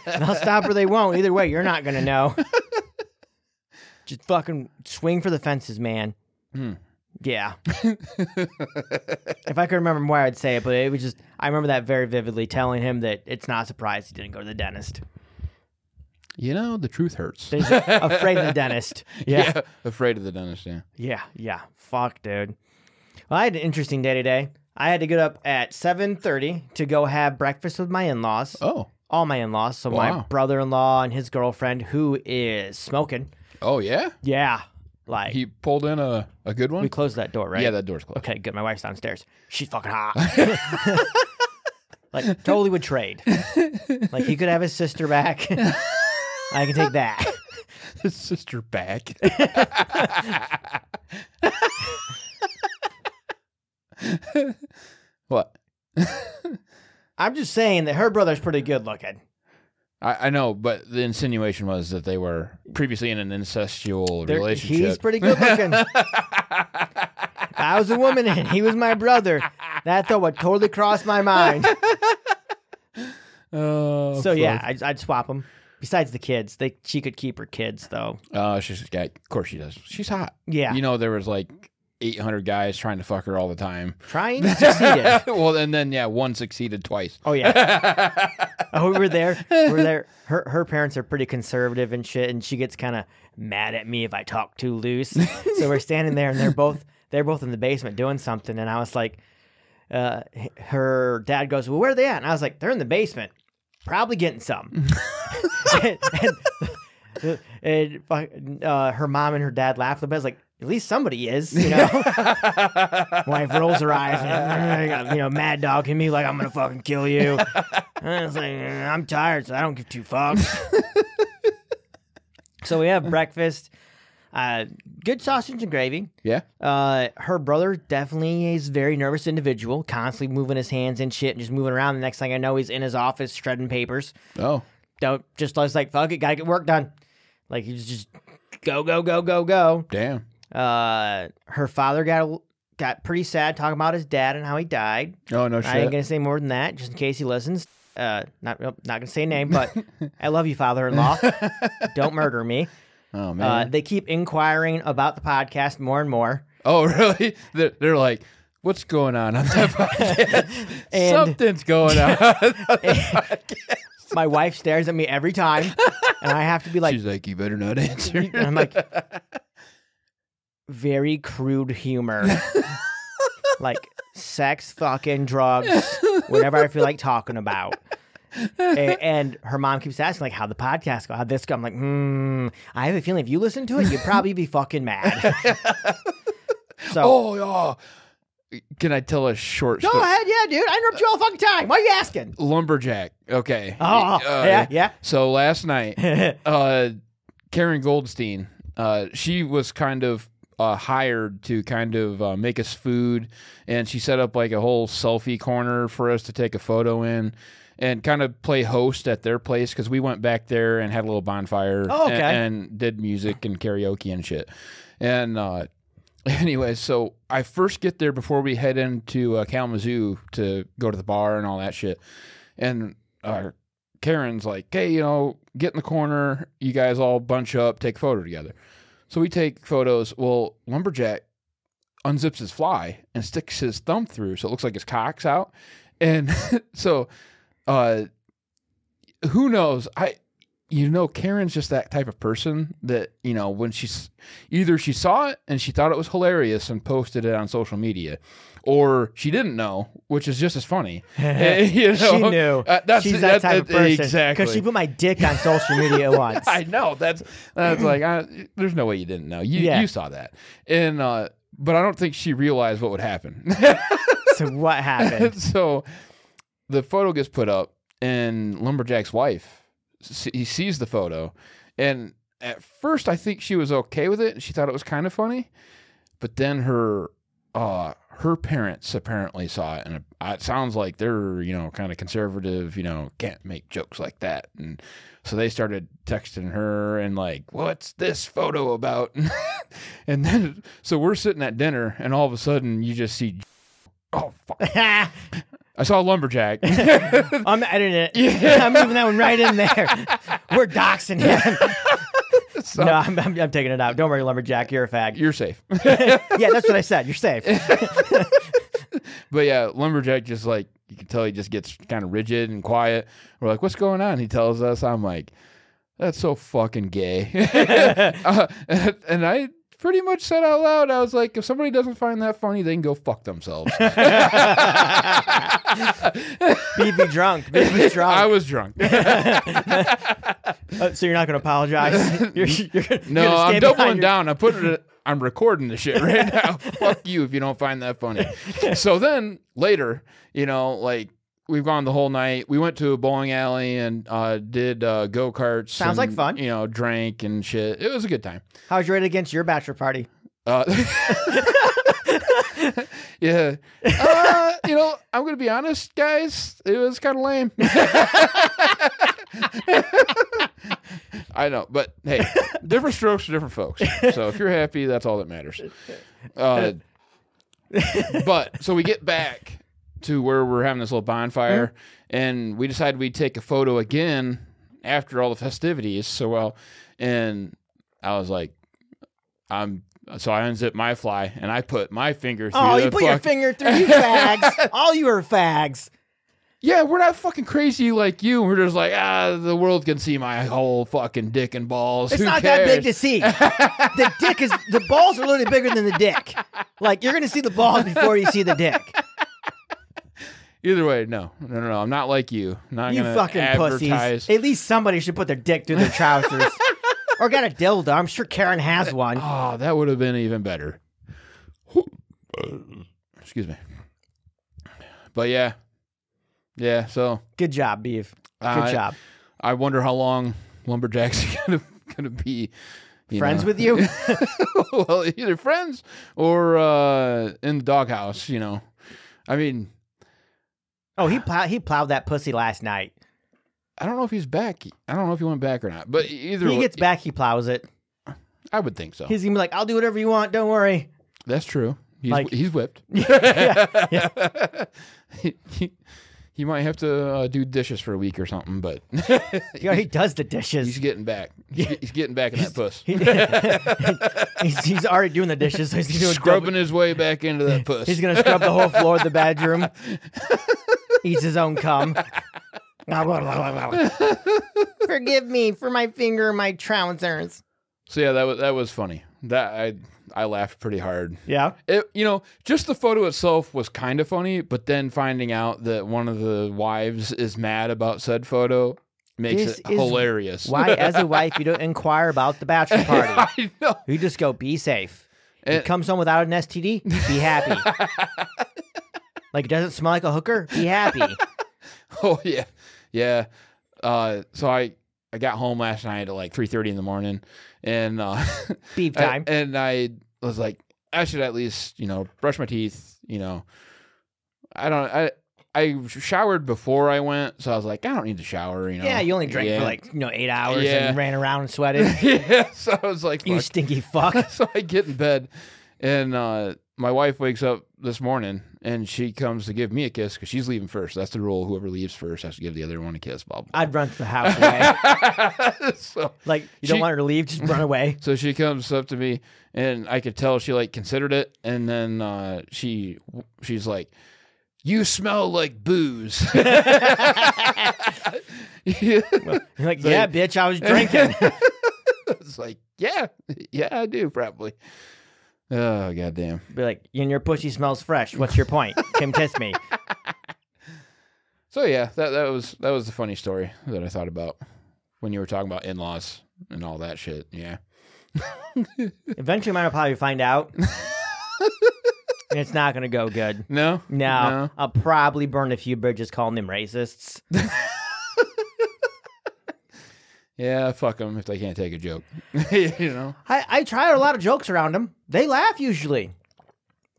S3: And I'll stop or they won't. Either way, you're not gonna know. Just fucking swing for the fences, man. Yeah. if I could remember more, I'd say it, but it was just, I remember that very vividly telling him that it's not a surprise he didn't go to the dentist.
S2: You know the truth hurts.
S3: They're just afraid of the dentist. yeah.
S2: afraid of the dentist. Yeah.
S3: Yeah, yeah. Fuck, dude. Well, I had an interesting day today. I had to get up at 7:30 to go have breakfast with my in-laws.
S2: Oh.
S3: All my in-laws, so my
S2: Wow.
S3: brother-in-law and his girlfriend who is smoking.
S2: Oh yeah.
S3: Yeah. Like
S2: He pulled in a, a good one.
S3: we closed that door, right?
S2: Yeah, that door's closed.
S3: Okay, good. My wife's downstairs. She's fucking hot. like totally would trade. Like he could have his sister back. I can take that.
S2: His sister back. what?
S3: I'm just saying that her brother's pretty good looking.
S2: I, I know, but the insinuation was that they were previously in an incestual
S3: They're-
S2: relationship.
S3: He's pretty good looking. I was a woman and he was my brother. That thought would totally cross my mind.
S2: oh,
S3: so yeah,
S2: fuck.
S3: I'd, I'd swap them. Besides the kids, they she could keep her kids though.
S2: Oh, she's yeah, of course she does. She's hot.
S3: Yeah,
S2: You know, there was like 800 guys trying to fuck her all the time.
S3: trying to succeed.
S2: well, and then yeah, one succeeded twice.
S3: Oh yeah. oh, we were there. We were there. Her her parents are pretty conservative and shit, and she gets kind of mad at me if I talk too loose. so we're standing there, and they're both they're both in the basement doing something, and I was like, uh, h- her dad goes, "Well, where are they at?" And I was like, "They're in the basement, probably getting some." and, and and fuck- uh, her mom and her dad laughed at the best. Like at least somebody is, you know. Wife rolls her eyes, and, you know, mad dog and me like I'm gonna fucking kill you. And it's like "Eh, I'm tired, so I don't give two fucks. so we have breakfast. Uh, good sausage and gravy.
S2: Yeah.
S3: Uh, her brother definitely is a very nervous individual, constantly moving his hands and shit and just moving around. The next thing I know, he's in his office shredding papers.
S2: Oh.
S3: Don't just was like fuck it, gotta get work done. Like he's just go go go go go.
S2: Damn.
S3: Uh, her father got got pretty sad talking about his dad and how he died.
S2: Oh no
S3: I ain't
S2: shit.
S3: gonna say more than that, just in case he listens. Uh, not not gonna say a name, but I love you, father-in-law. Don't murder me.
S2: Oh man.
S3: Uh, they keep inquiring about the podcast more and more.
S2: oh really? They're, they're like, what's going on on that podcast?
S3: And-
S2: Something's going on.
S3: My wife stares at me every time, and I have to be like,
S2: She's like, you better not answer.
S3: and I'm like, very crude humor, like sex, fucking drugs, whatever I feel like talking about. A- And her mom keeps asking, like, how the podcast go, how this go. I'm like, hmm, I have a feeling if you listen to it, you'd probably be fucking mad. So,
S2: oh yeah. Can I tell a short
S3: go
S2: story?
S3: ahead, yeah, dude. I interrupt you all the fucking time. Why are you asking?
S2: Lumberjack. Okay. uh,
S3: Oh, yeah, yeah.
S2: So last night, uh, Karen Goldstein, uh, she was kind of uh, hired to kind of uh, make us food, and she set up like a whole selfie corner for us to take a photo in, and kind of play host at their place because we went back there and had a little bonfire.
S3: Oh, okay.
S2: And, and did music and karaoke and shit, and. Uh, Anyway, so I first get there before we head into uh, Kalamazoo to go to the bar and all that shit. And uh, Karen's like, hey, you know, get in the corner. You guys all bunch up, take a photo together. So we take photos. Well, Lumberjack unzips his fly and sticks his thumb through. So it looks like his cock's out. And so, uh, who knows? I, you know, Karen's just that type of person that, you know, when she's either she saw it and she thought it was hilarious and posted it on social media, or she didn't know, which is just as funny. You know?
S3: she knew.
S2: Uh, that's,
S3: She's that, type of person.
S2: Exactly.
S3: Because she put my dick on social media once.
S2: I know that's that's like I, there's no way you didn't know. You
S3: Yeah.
S2: you saw that, and uh, but I don't think she realized what would happen.
S3: so what happened?
S2: so the photo gets put up, and lumberjack's wife se- he sees the photo, and at first I think she was okay with it, and she thought it was kind of funny, but then her uh her parents apparently saw it, and it- it sounds like they're you know kind of conservative, you know can't make jokes like that, and so they started texting her and like, what's this photo about? and then so we're sitting at dinner, and all of a sudden you just see. Oh fuck!
S3: I'm
S2: I saw lumberjack.
S3: editing it. I'm moving that one right in there. We're doxing him.
S2: So-
S3: no, I'm, I'm, I'm taking it out. Don't worry, lumberjack. You're a fag.
S2: You're safe.
S3: yeah, that's what I said. You're safe.
S2: but yeah, lumberjack just like you can tell he just gets kind of rigid and quiet. We're like, what's going on? He tells us. I'm like, that's so fucking gay. Uh, and, and I pretty much said out loud, I was like, if somebody doesn't find that funny, they can go fuck themselves.
S3: BB drunk. BB drunk.
S2: I was drunk.
S3: Uh, so you're not going to apologize. You're, you're, gonna- you're
S2: No,
S3: gonna
S2: I'm
S3: stand behind
S2: doubling
S3: your-
S2: down. I'm putting it. I'm recording the shit right now. Fuck you if you don't find that funny. So then later, you know, like we've gone the whole night. We went to a bowling alley and uh, did uh, go karts.
S3: Sounds like fun.
S2: You know, drank and shit. It was a good time.
S3: How was you rated against your bachelor party?
S2: Uh, yeah. Uh, you know, I'm gonna be honest, guys. It was kind of lame. I know, but hey, different strokes for different folks. So if you're happy, that's all that matters. Uh, but so we get back to where we're having this little bonfire, and we decided we'd take a photo again after all the festivities. So well, and I was like, I'm. So I unzipped my fly and I put my finger through.
S3: Oh, you
S2: the
S3: put your
S2: fuck-
S3: finger through you fags. All you are fags.
S2: Yeah, we're not fucking crazy like you. We're just like ah, the world can see my whole fucking dick and balls.
S3: It's
S2: Who
S3: not that big
S2: cares?
S3: to see. The dick is the balls are literally bigger than the dick. Like you're gonna see the balls before you see the dick.
S2: Either way, no, no, no, no. I'm not like you. I'm not
S3: You
S2: gonna
S3: fucking
S2: advertise.
S3: pussies. At least somebody should put their dick through their trousers. or got a dildo. I'm sure Karen has one.
S2: Oh, that would have been even better. Excuse me. But yeah. Yeah, so
S3: Good job, Beef. Good
S2: Uh,
S3: job.
S2: I wonder how long Lumberjack's gonna gonna be you
S3: Friends
S2: know.
S3: with you?
S2: well, either friends or uh in the doghouse, you know. I mean,
S3: Oh, he plow- he plowed that pussy last night.
S2: I don't know if he's back. I don't know if he went back or not. But e-, either
S3: He
S2: way,
S3: gets back, he plows it.
S2: I would think so.
S3: He's gonna be like, "I'll do whatever you want. Don't worry."
S2: That's true. He's
S3: Like-
S2: he's whipped. he, he, he might have to uh, do dishes for a week or something, but
S3: You know, he does the
S2: he's
S3: dishes.
S2: getting back. He's, get- he's getting back in that puss.
S3: He- he's, he's already doing the dishes. So he's doing double-
S2: Scrubbing his way back into that puss.
S3: He's gonna scrub the whole floor of the bedroom. Eats his own cum. Forgive me for my finger, and my trousers.
S2: so yeah, that was that was funny. That I I laughed pretty hard.
S3: Yeah.
S2: It, you know, just the photo itself was kind of funny, but then finding out that one of the wives is mad about said photo makes
S3: This
S2: it
S3: is
S2: hilarious.
S3: Why, as a wife, you don't inquire about the bachelor party?
S2: I know.
S3: You just go, be safe. He
S2: And-
S3: comes home without an STD, be happy. like, it doesn't smell like a hooker, be happy.
S2: Oh yeah, yeah. Uh, so I I got home last night at like three thirty in the morning, and uh,
S3: Beef
S2: I-
S3: time.
S2: and I was like, I should at least you know brush my teeth. You know, I don't. I I showered before I went, so I was like, I don't need to shower. You know.
S3: yeah, you only drank
S2: uh, Yeah.
S3: for like, you know, eight hours
S2: Yeah.
S3: and ran around and sweated.
S2: yeah. So I was like,
S3: you
S2: fuck.
S3: stinky fuck.
S2: so I get in bed, and uh, my wife wakes up this morning, and she comes to give me a kiss because she's leaving first. That's the rule. Whoever leaves first has to give the other one a kiss. Blah blah.
S3: I'd run to the house away.
S2: so,
S3: Like, you don't
S2: She-
S3: want her to leave, just run away.
S2: so she comes up to me, and I could tell she like considered it, and then uh, she she's like, "You smell like booze." it's
S3: You're like, yeah, bitch, I was drinking.
S2: like, yeah, yeah, I do probably. Oh goddamn!
S3: Be like, and your pussy smells fresh. What's your point? Kim kissed me.
S2: So yeah, that that was that was the funny story that I thought about when you were talking about in laws and all that shit. Yeah,
S3: Eventually, mine will probably find out. and it's not going to go good.
S2: no,
S3: No,
S2: no.
S3: I'll probably burn a few bridges calling them racists.
S2: yeah, fuck them if they can't take a joke. you know,
S3: I, I try a lot of jokes around them. They laugh usually.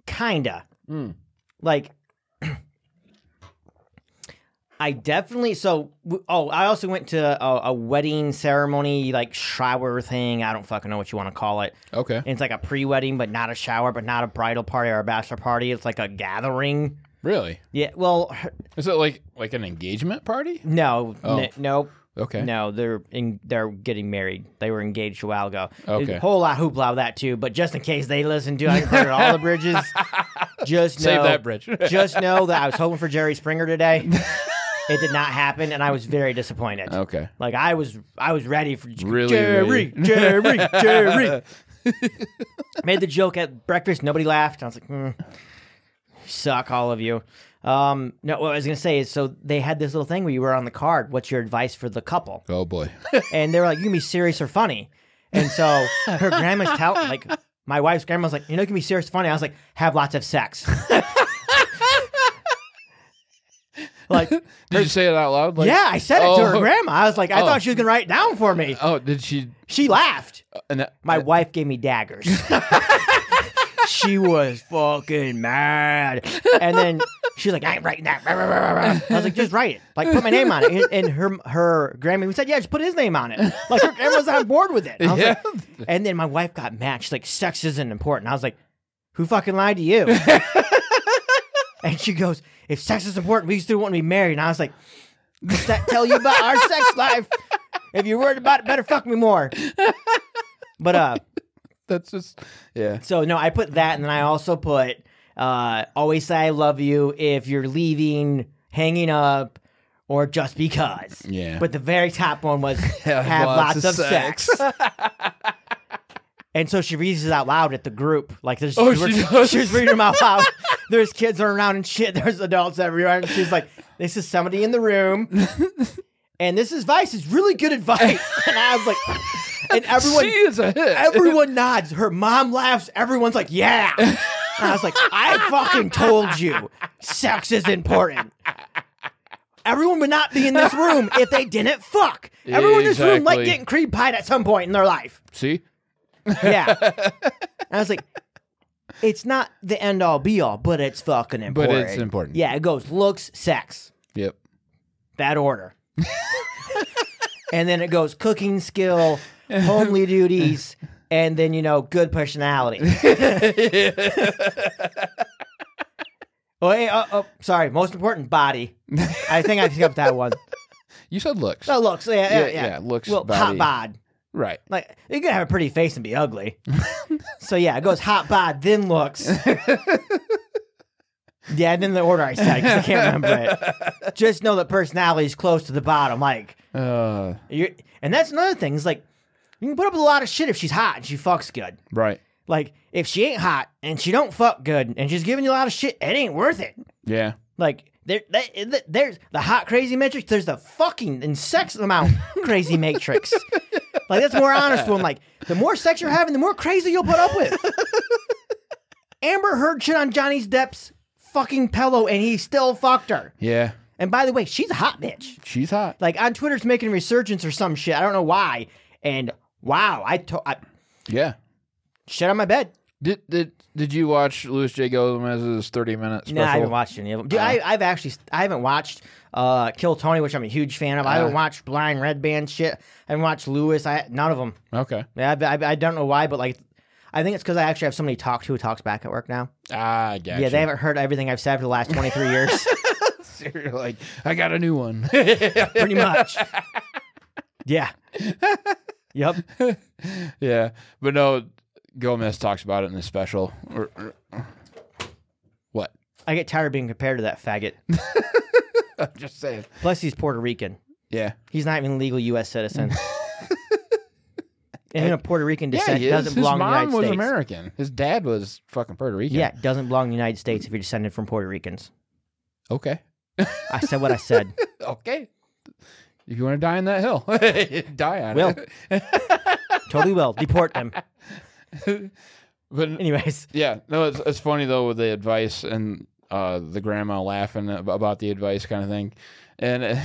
S3: Kinda.
S2: Hmm.
S3: Like, I definitely. So, w- oh, I also went to a, a wedding ceremony, like shower thing. I don't fucking know what you want to call it.
S2: okay,
S3: And it's like a pre wedding, but not a shower, but not a bridal party or a bachelor party. It's like a gathering.
S2: really.
S3: Yeah, well, her-
S2: Is it like like an engagement party?
S3: no,
S2: Oh.
S3: n- no,
S2: Okay.
S3: no. They're in, they're getting married. They were engaged a while ago. There's
S2: Okay.
S3: a whole lot of hoopla with that too. But just in case they listen to, it, I can burn all the bridges. Just know,
S2: Save that bridge.
S3: just know that I was hoping for Jerry Springer today. it did not happen, and I was very disappointed.
S2: okay.
S3: Like I was, I was ready for
S2: Really
S3: Jerry,
S2: ready.
S3: Jerry, Jerry. Made the joke at breakfast. Nobody laughed. I was like, hmm, suck, all of you. Um, no, what I was gonna say is, so they had this little thing where you were on the card. What's your advice for the couple?
S2: Oh boy.
S3: And they were like, you can be serious or funny. And so her grandma's telling, like, my wife's grandma's like, you know, you can be serious or funny. I was like, have lots of sex. like,
S2: Did you say it out loud? Like,
S3: yeah, I said it to her
S2: Oh.
S3: grandma. I was like, I
S2: Oh.
S3: thought she was gonna write it down for me.
S2: Oh, did she? uh,
S3: She laughed.
S2: And that,
S3: My wife gave me daggers. Uh, she was fucking mad. And then she's like, I ain't writing that. I was like, just write it. Like, put my name on it. And- And her her grandma said, yeah, just put his name on it. Like, her grandma's on board with it. I was
S2: Yeah.
S3: like- and then my wife got mad. She's like, sex isn't important. I was like, who fucking lied to you? and she goes, if sex is important, we still want to be married. And I was like, does that tell you about our sex life? If you're worried about it, better fuck me more. But uh,
S2: that's just. Yeah.
S3: so no, I put that, and then I also put uh, always say I love you if you're leaving, hanging up, or just because.
S2: Yeah.
S3: But the very top one was have, lots, of, sex. and so she reads this out loud at the group. Like there's
S2: Oh,
S3: we're-
S2: she does?
S3: was reading them out loud. There's kids running around and shit. There's adults everywhere. And she's like, this is somebody in the room. And this advice is really good advice. And I was like, and everyone
S2: she is a hit.
S3: everyone nods. Her mom laughs. Everyone's like, yeah. And I was like, I fucking told you sex is important. Everyone would not be in this room if they didn't fuck. Everyone in this room like
S2: Exactly.
S3: getting cream pie at some point in their life.
S2: See,
S3: Yeah. And I was like, it's not the end all be all, but it's fucking
S2: but
S3: important.
S2: it's important.
S3: Yeah, it goes looks, sex,
S2: Yep.
S3: that order. and then it goes cooking skill, homely duties, and then, you know, good personality. Oh, hey, oh, oh, sorry. Most important, body. I think I skipped that one.
S2: you said looks.
S3: Oh, looks. Yeah, yeah,
S2: Yeah,
S3: yeah.
S2: yeah, looks,
S3: Well,
S2: body.
S3: hot bod.
S2: Right.
S3: Like you can have a pretty face and be ugly. so yeah, it goes hot bod, then looks. yeah, and then the order I said 'cause I can't remember it. Just know that personality is close to the bottom. Like
S2: Uh,
S3: you, and that's another thing. Is like you can put up with a lot of shit if she's hot and she fucks good.
S2: right.
S3: Like if she ain't hot and she don't fuck good and she's giving you a lot of shit, it ain't worth it.
S2: Yeah.
S3: Like there, that, th- there's the hot crazy matrix. There's the fucking and sex amount crazy matrix. Like that's a more honest one. Like the more sex you're having, the more crazy you'll put up with. Amber heard shit on Johnny Depp's fucking pillow, and he still fucked her.
S2: Yeah.
S3: And by the way, she's a hot bitch.
S2: She's hot.
S3: Like on Twitter, it's making a resurgence or some shit. I don't know why. And wow, I, to- I
S2: Yeah.
S3: shit on my bed.
S2: Did did did you watch Louis J. Gomez's thirty minute special?
S3: No, I haven't watched any of them. Dude, I, I've actually I haven't watched uh, Kill Tony, which I'm a huge fan of. I haven't watched Blind Red Band shit. I haven't watched Lewis. I none of them.
S2: Okay.
S3: Yeah, I, I, I don't know why, but like, I think it's because I actually have somebody to talk to who talks back at work now.
S2: Ah, I got
S3: Yeah, they haven't heard everything I've said for the last 23 years,
S2: You're like, I got a new one.
S3: pretty much. Yeah. Yep.
S2: yeah, but no, Gomez talks about it in his special. Or- or- What?
S3: I get tired of being compared to that faggot.
S2: I'm just saying.
S3: Plus, he's Puerto Rican.
S2: Yeah.
S3: He's not even a legal U.S. citizen. And you know, Puerto Rican
S2: Yeah,
S3: descent
S2: he is.
S3: doesn't
S2: His
S3: belong in the
S2: mom
S3: United
S2: was
S3: States.
S2: American. His dad was fucking Puerto Rican.
S3: Yeah, it doesn't belong in the United States if you're descended from Puerto Ricans.
S2: Okay.
S3: I said what I said.
S2: Okay. If you want to die on that hill, die on
S3: Will.
S2: it.
S3: totally will. Deport them.
S2: But
S3: Anyways,
S2: Yeah, no, it's, it's funny though with the advice and uh, the grandma laughing ab- about the advice kind of thing. And uh,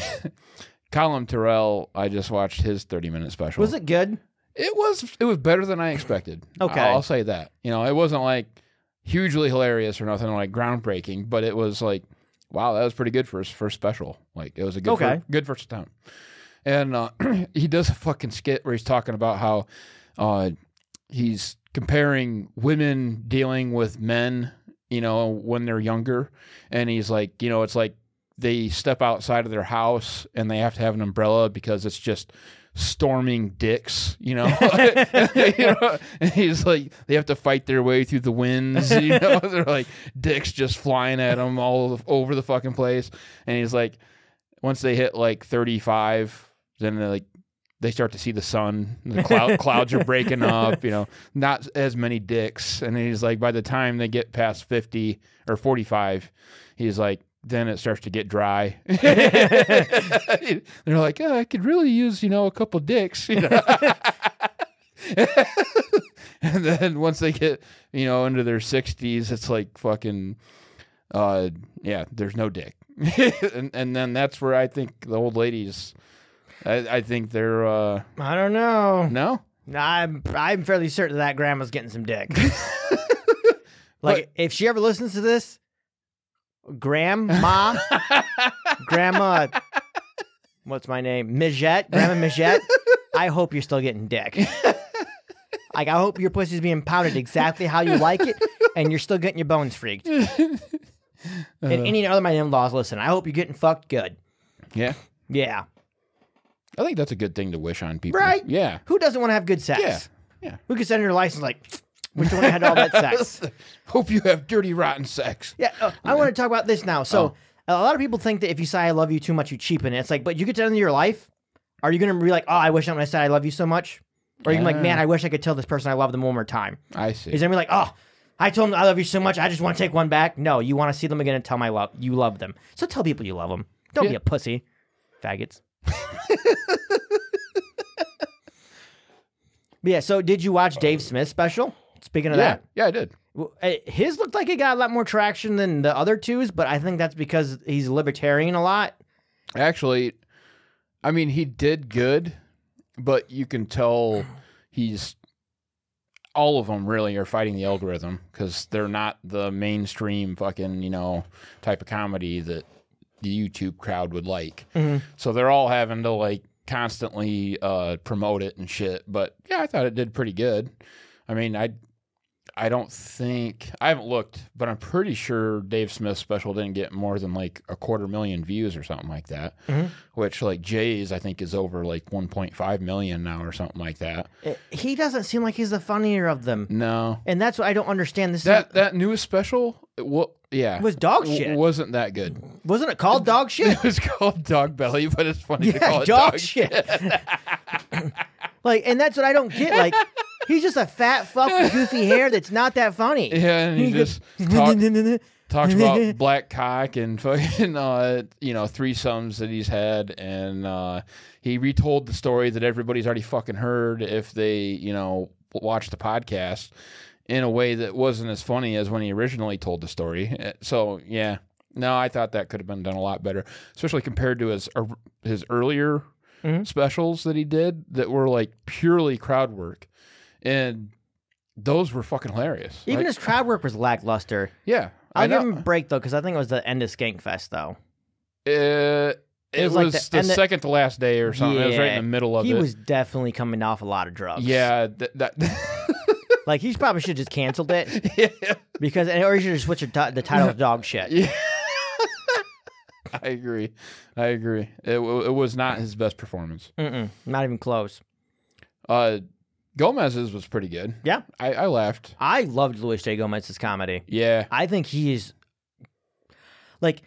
S2: Colin Terrell, I just watched his thirty-minute special.
S3: was it good?
S2: It was it was better than I expected.
S3: Okay.
S2: I'll, I'll say that. You know, it wasn't like hugely hilarious or nothing like groundbreaking, but it was like, wow, that was pretty good for his first special. Like it was a good
S3: Okay.
S2: fir- good first attempt. And uh, he does a fucking skit where he's talking about how uh, he's comparing women dealing with men, you know, when they're younger, and he's like, you know, it's like they step outside of their house and they have to have an umbrella because it's just storming dicks, you know. You know? And he's like, they have to fight their way through the winds, you know. They're like dicks just flying at them all over the fucking place, and he's like, once they hit like 35, then they like they start to see the sun, the cloud, clouds are breaking up, you know, not as many dicks. And he's like, by the time they get past 50 or 45, he's like, then it starts to get dry. They're like, "Oh, I could really use, you know, a couple dicks. You know? and then once they get, you know, into their 60s, it's like fucking uh yeah there's no dick and, and then that's where i think the old ladies i, I think they're uh
S3: I don't know.
S2: no
S3: I'm I'm fairly certain that grandma's getting some dick. like if she ever listens to this, grandma, grandma, what's my name? Mijette, grandma Mijette. I hope you're still getting dick. Like I hope your pussy's being pounded exactly how you like it, and you're still getting your bones freaked. and any other of my in-laws listen. I hope you're getting fucked good.
S2: yeah
S3: Yeah.
S2: i think that's a good thing to wish on people
S3: Right.
S2: yeah
S3: Who doesn't want to have good sex?
S2: yeah yeah
S3: Who could send her license like, which one had all that sex?
S2: hope you have dirty rotten sex
S3: Yeah, uh, I want to talk about this now. So
S2: Oh.
S3: a lot of people think that if you say I love you too much, you cheapen it. It's like, but you get to the end of your life, are you going to be like, oh, I wish I'm going to say I love you so much? Or you can be like, man, I wish I could tell this person I love them one more time.
S2: i see
S3: Is anybody like, oh, I told them I love you so much, I just want to take one back? No, you want to see them again and tell my love you love them. So tell people you love them. Don't be
S2: Yeah.
S3: a pussy, faggots. But yeah, so did you watch Dave Smith's special? Speaking of
S2: Yeah,
S3: that,
S2: yeah, I did.
S3: Well, uh, his looked like it got a lot more traction than the other two's, but I think that's because he's libertarian a lot.
S2: Actually, I mean, he did good, but you can tell he's all of them really are fighting the algorithm because they're not the mainstream fucking you know type of comedy that the YouTube crowd would like.
S3: Mhm.
S2: So they're all having to like constantly uh, promote it and shit. But yeah, I thought it did pretty good. I mean, I I don't think I haven't looked, but I'm pretty sure Dave Smith's special didn't get more than like a quarter million views or something like that.
S3: Mhm.
S2: Which like Jay's I think is over like 1.5 million now or something like that.
S3: Uh, He doesn't seem like he's the funnier of them,
S2: No,
S3: and that's what I don't understand. This
S2: that that newest special, what? Yeah,
S3: was dog
S2: w-
S3: shit.
S2: wasn't that good.
S3: Wasn't it called dog shit?
S2: It was called Dog Belly, but it's funny to call
S3: Yeah,
S2: it
S3: dog,
S2: dog
S3: shit. like, and that's what I don't get. Like, he's just a fat fuck with goofy hair that's not that funny.
S2: Yeah, and he just talk, talks about black cock and fucking uh, you know threesomes that he's had, and uh, he retold the story that everybody's already fucking heard if they you know watch the podcast in a way that wasn't as funny as when he originally told the story. Uh, So yeah, no, I thought that could have been done a lot better, especially compared to his er- his earlier
S3: Mhm.
S2: specials that he did that were like purely crowd work, and those were fucking hilarious.
S3: Even
S2: Like,
S3: his crowd work was lackluster.
S2: yeah,
S3: I'll
S2: I know.
S3: give him a break though, because I think it was the end of Skankfest though.
S2: Uh, it,
S3: was
S2: was,
S3: like the-
S2: the,
S3: and the-
S2: second to last day or something. It was right in
S3: Yeah.
S2: the middle of
S3: He
S2: it.
S3: was definitely coming off a lot of drugs.
S2: yeah, th- that.
S3: like he probably should have just canceled it
S2: yeah,
S3: because, or he should have switched the, ti- the title to dog shit.
S2: yeah. I agree. I agree. It, wa- it was not his best performance.
S3: Mm-mm, not even close.
S2: Uh, Gomez's was pretty good.
S3: Yeah.
S2: I, I laughed.
S3: I loved Luis J Gomez's comedy.
S2: Yeah,
S3: I think he is like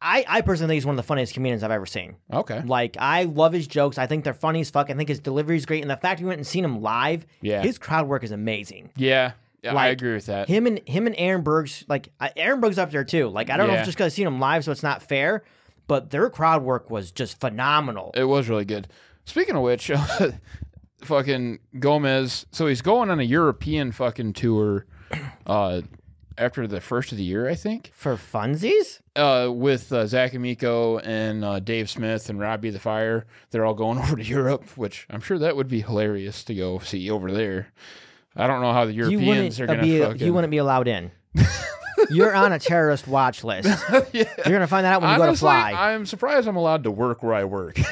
S3: I I personally think he's one of the funniest comedians I've ever seen.
S2: okay.
S3: Like I love his jokes. I think they're funny as fuck. I think his delivery is great, and the fact we went and seen him live,
S2: Yeah.
S3: his crowd work is amazing.
S2: Yeah, yeah, I
S3: Like,
S2: agree with that.
S3: Him and him and Aaron Berg's like I- Aaron Berg's up there too. Like I don't know if
S2: Yeah.
S3: it's just because I've seen him live, so it's not fair. But their crowd work was just phenomenal.
S2: It was really good. Speaking of which, fucking Gomez. So he's going on a European fucking tour. Uh, after the first of the year, I think.
S3: For funsies,
S2: uh, with uh, Zach Amico and uh, Dave Smith and Robbie the Fire. They're all going over to Europe, which I'm sure that would be hilarious to go see over there. I don't know how the
S3: you
S2: Europeans
S3: wouldn't
S2: are going
S3: be
S2: to fucking.
S3: you wouldn't be allowed in. You're on a terrorist watch list. You're gonna find that out when you go to
S2: Honestly,
S3: fly.
S2: I'm surprised I'm allowed to work where I work.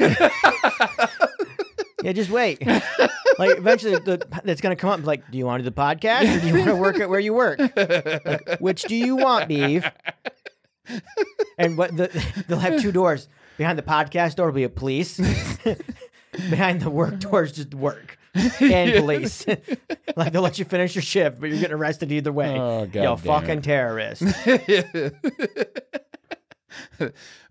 S3: Yeah, just wait. like eventually, the, it's gonna come up. and be Like, do you want to do the podcast, or do you want to work at where you work? Like, which do you want, Beef? And what the, they'll have two doors. Behind the podcast door will be a police. Behind the work doors, just work and police. like they'll let you finish your shift, but you're getting arrested either way.
S2: Oh,
S3: Yo,
S2: goddamn
S3: fucking terrorist.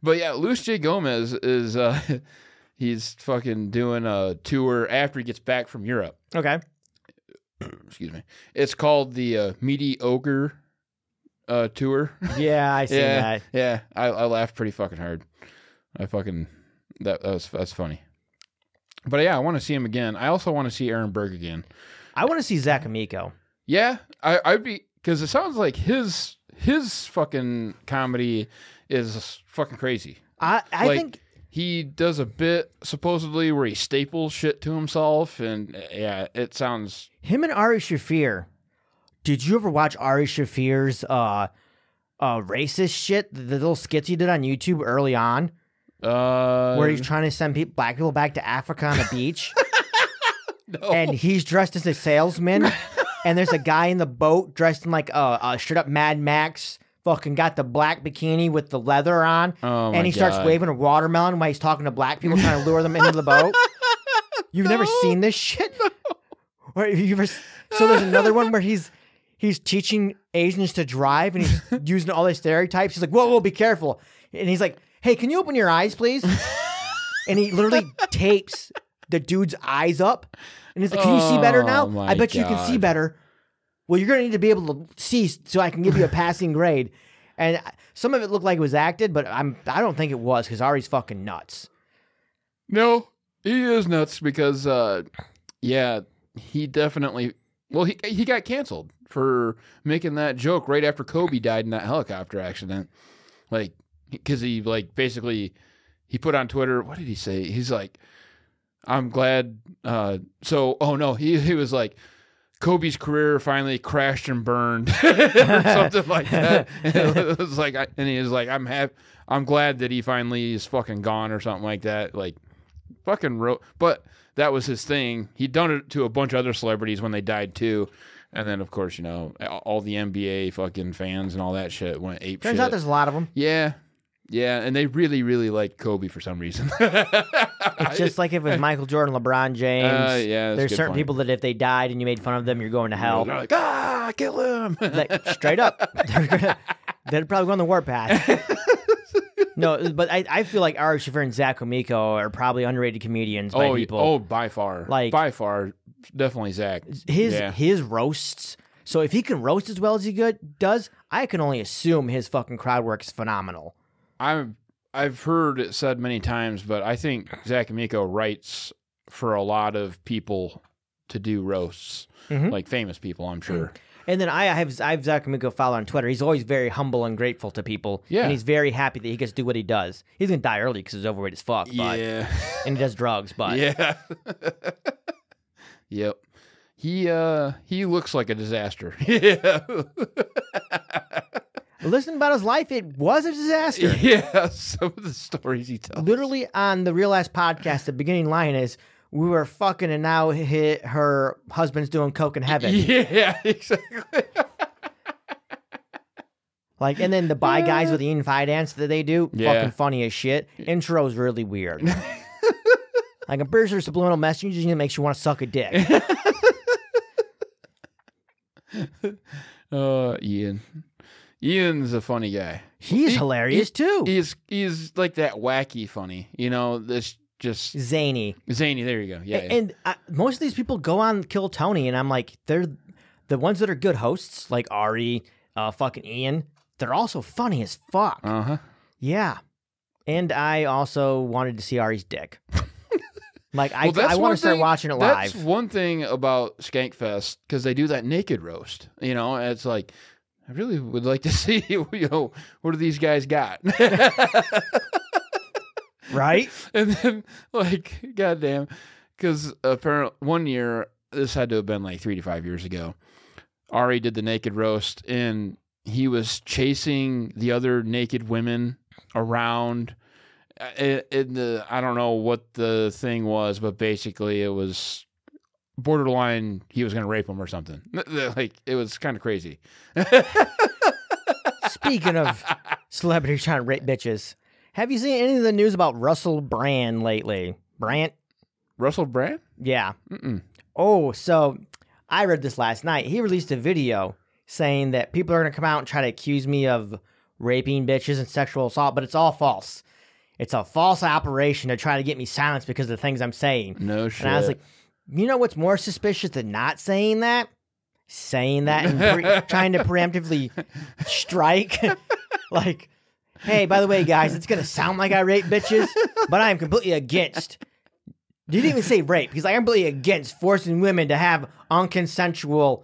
S2: but yeah, Luis J. Gomez is uh, he's fucking doing a tour after he gets back from Europe.
S3: Okay.
S2: Excuse me. It's called the uh, Mediocre uh, Tour.
S3: Yeah, I see
S2: yeah,
S3: that.
S2: Yeah, I, I laughed pretty fucking hard. I fucking that, that was that's funny. But yeah, I want to see him again. I also want to see Aaron Berg again.
S3: I want to see Zach Amico.
S2: Yeah, I I'd be because it sounds like his his fucking comedy is fucking crazy.
S3: I I
S2: Like,
S3: think
S2: He does a bit supposedly where he staples shit to himself, and uh, yeah, it sounds
S3: Him and Ari Shafir. Did you ever watch Ari Shafir's uh, uh, racist shit? The little skits he did on YouTube early on,
S2: uh
S3: where he's trying to send people, black people back to Africa on a beach, and he's dressed as a salesman, and there's a guy in the boat dressed in like a uh, uh, straight up Mad Max. Fucking got the black bikini with the leather on,
S2: Oh my
S3: and he starts
S2: God.
S3: waving a watermelon while he's talking to black people, trying to lure them into the boat. You've never seen this shit? Or have you ever? So there's another one where he's he's teaching Asians to drive and he's using all their stereotypes. He's like, "Whoa, whoa, be careful!" And he's like, "Hey, can you open your eyes, please?" and he literally tapes the dude's eyes up, and he's like, "Can you see better
S2: Oh
S3: now?
S2: my
S3: I bet you can see
S2: God.
S3: better." Well, you're gonna need to be able to see so I can give you a passing grade. And I- some of it looked like it was acted, but I'm I don't think it was because Ari's fucking nuts.
S2: No, he is nuts because, uh, yeah, he definitely well he he got canceled for making that joke right after Kobe died in that helicopter accident. Like cuz he like basically he put on Twitter, what did he say? He's like I'm glad uh so oh no, he he was like Kobe's career finally crashed and burned, or something like that. And it was like, I- and he was like, "I'm happy, I'm glad that he finally is fucking gone," or something like that. Like, fucking wrote, but that was his thing. He'd done it to a bunch of other celebrities when they died too, and then of course, you know, a- all the NBA fucking fans and all that shit went ape
S3: Turns
S2: shit.
S3: out there's a lot of them.
S2: yeah, yeah, and they really, really liked Kobe for some reason.
S3: It's just like if it was Michael Jordan, LeBron James.
S2: Uh, yeah, that's a
S3: there's
S2: good
S3: certain
S2: point.
S3: people that if they died and you made fun of them, you're going to hell.
S2: They're like, ah, kill him.
S3: like straight up they're gonna they'd probably go on the warp path no but I, I feel like Ari Shaffir and Zach Omiko are probably underrated comedians by
S2: oh, y-
S3: people
S2: Oh, by far.
S3: Like-
S2: by far, definitely Zach.
S3: his
S2: yeah.
S3: his roasts so if he can roast as well as he good does I can only assume his fucking crowd work is phenomenal
S2: I'm. I've heard it said many times, but I think Zach Amico writes for a lot of people to do roasts,
S3: Mhm.
S2: like famous people. I'm sure.
S3: and then I have I have Zach Omiko follow on Twitter he's always very humble and grateful to people
S2: Yeah.
S3: and he's very happy that he gets to do what he does he's gonna die early because he's overweight as fuck but
S2: yeah.
S3: and he does drugs Mm. but
S2: yeah. yep. He uh he looks like a disaster. yeah.
S3: listen about his life it was a disaster
S2: Yeah. Some of the stories he tells.
S3: literally on the Real Ass podcast, the beginning line is, "We were fucking, and now hit her husband's doing coke in heaven."
S2: Yeah. Exactly.
S3: Like, and then the bye guys with Ian Fidance that they do,
S2: Yeah.
S3: fucking funny as shit. Intro's really weird. like, I'm pretty sure subliminal messaging that makes you want to suck a dick.
S2: Uh, Ian. Ian's a funny guy.
S3: He's
S2: He-
S3: hilarious too.
S2: He's he's like that wacky funny, you know. This just
S3: Zany.
S2: zany. There you go. Yeah, yeah.
S3: And I, most of these people go on Kill Tony, and I'm like, they're the ones that are good hosts, like Ari, uh, fucking Ian. They're also funny as fuck.
S2: uh huh.
S3: Yeah. And I also wanted to see Ari's dick. like I,
S2: Well, that's
S3: I want
S2: one
S3: to start
S2: thing-
S3: watching it
S2: That's
S3: live.
S2: one thing about Skankfest because they do that naked roast. You know, and it's like I really would like to see. You know, what do these guys got?
S3: Right?
S2: and then like goddamn because apparently one year this had to have been like three to five years ago ari did the naked roast and he was chasing the other naked women around Uh, i- in the i don't know what the thing was but basically it was borderline he was going to rape them or something like it was kind of crazy
S3: Speaking of celebrities trying to rape bitches, have you seen any of the news about Russell Brand lately? Brant?
S2: russell brand
S3: Yeah.
S2: Mm-mm.
S3: Oh, so I read this last night. He released a video saying that people are going to come out and try to accuse me of raping bitches and sexual assault, but it's all false. It's a false operation to try to get me silenced because of the things I'm saying.
S2: no shit
S3: And I was like, you know what's more suspicious than not saying that? Saying that and pre- trying to preemptively strike. like, hey, by the way, guys, it's going to sound like I rape bitches, but I am completely against. You didn't even say rape. He's like, I'm completely against forcing women to have unconsensual.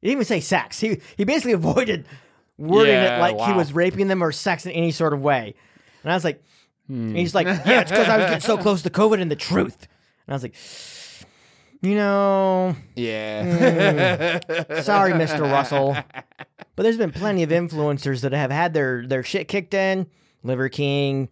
S3: He didn't even say sex. He, he basically avoided wording
S2: Yeah,
S3: it like he
S2: wow.
S3: was raping them or sex in any sort of way. And I was like,
S2: Hmm.
S3: and he's like, yeah, it's because I was getting so close to COVID and the truth. And I was like, you know, "Mm."
S2: yeah
S3: sorry, Mr. Russell. But there's been plenty of influencers that have had their, their shit kicked in. Liver King,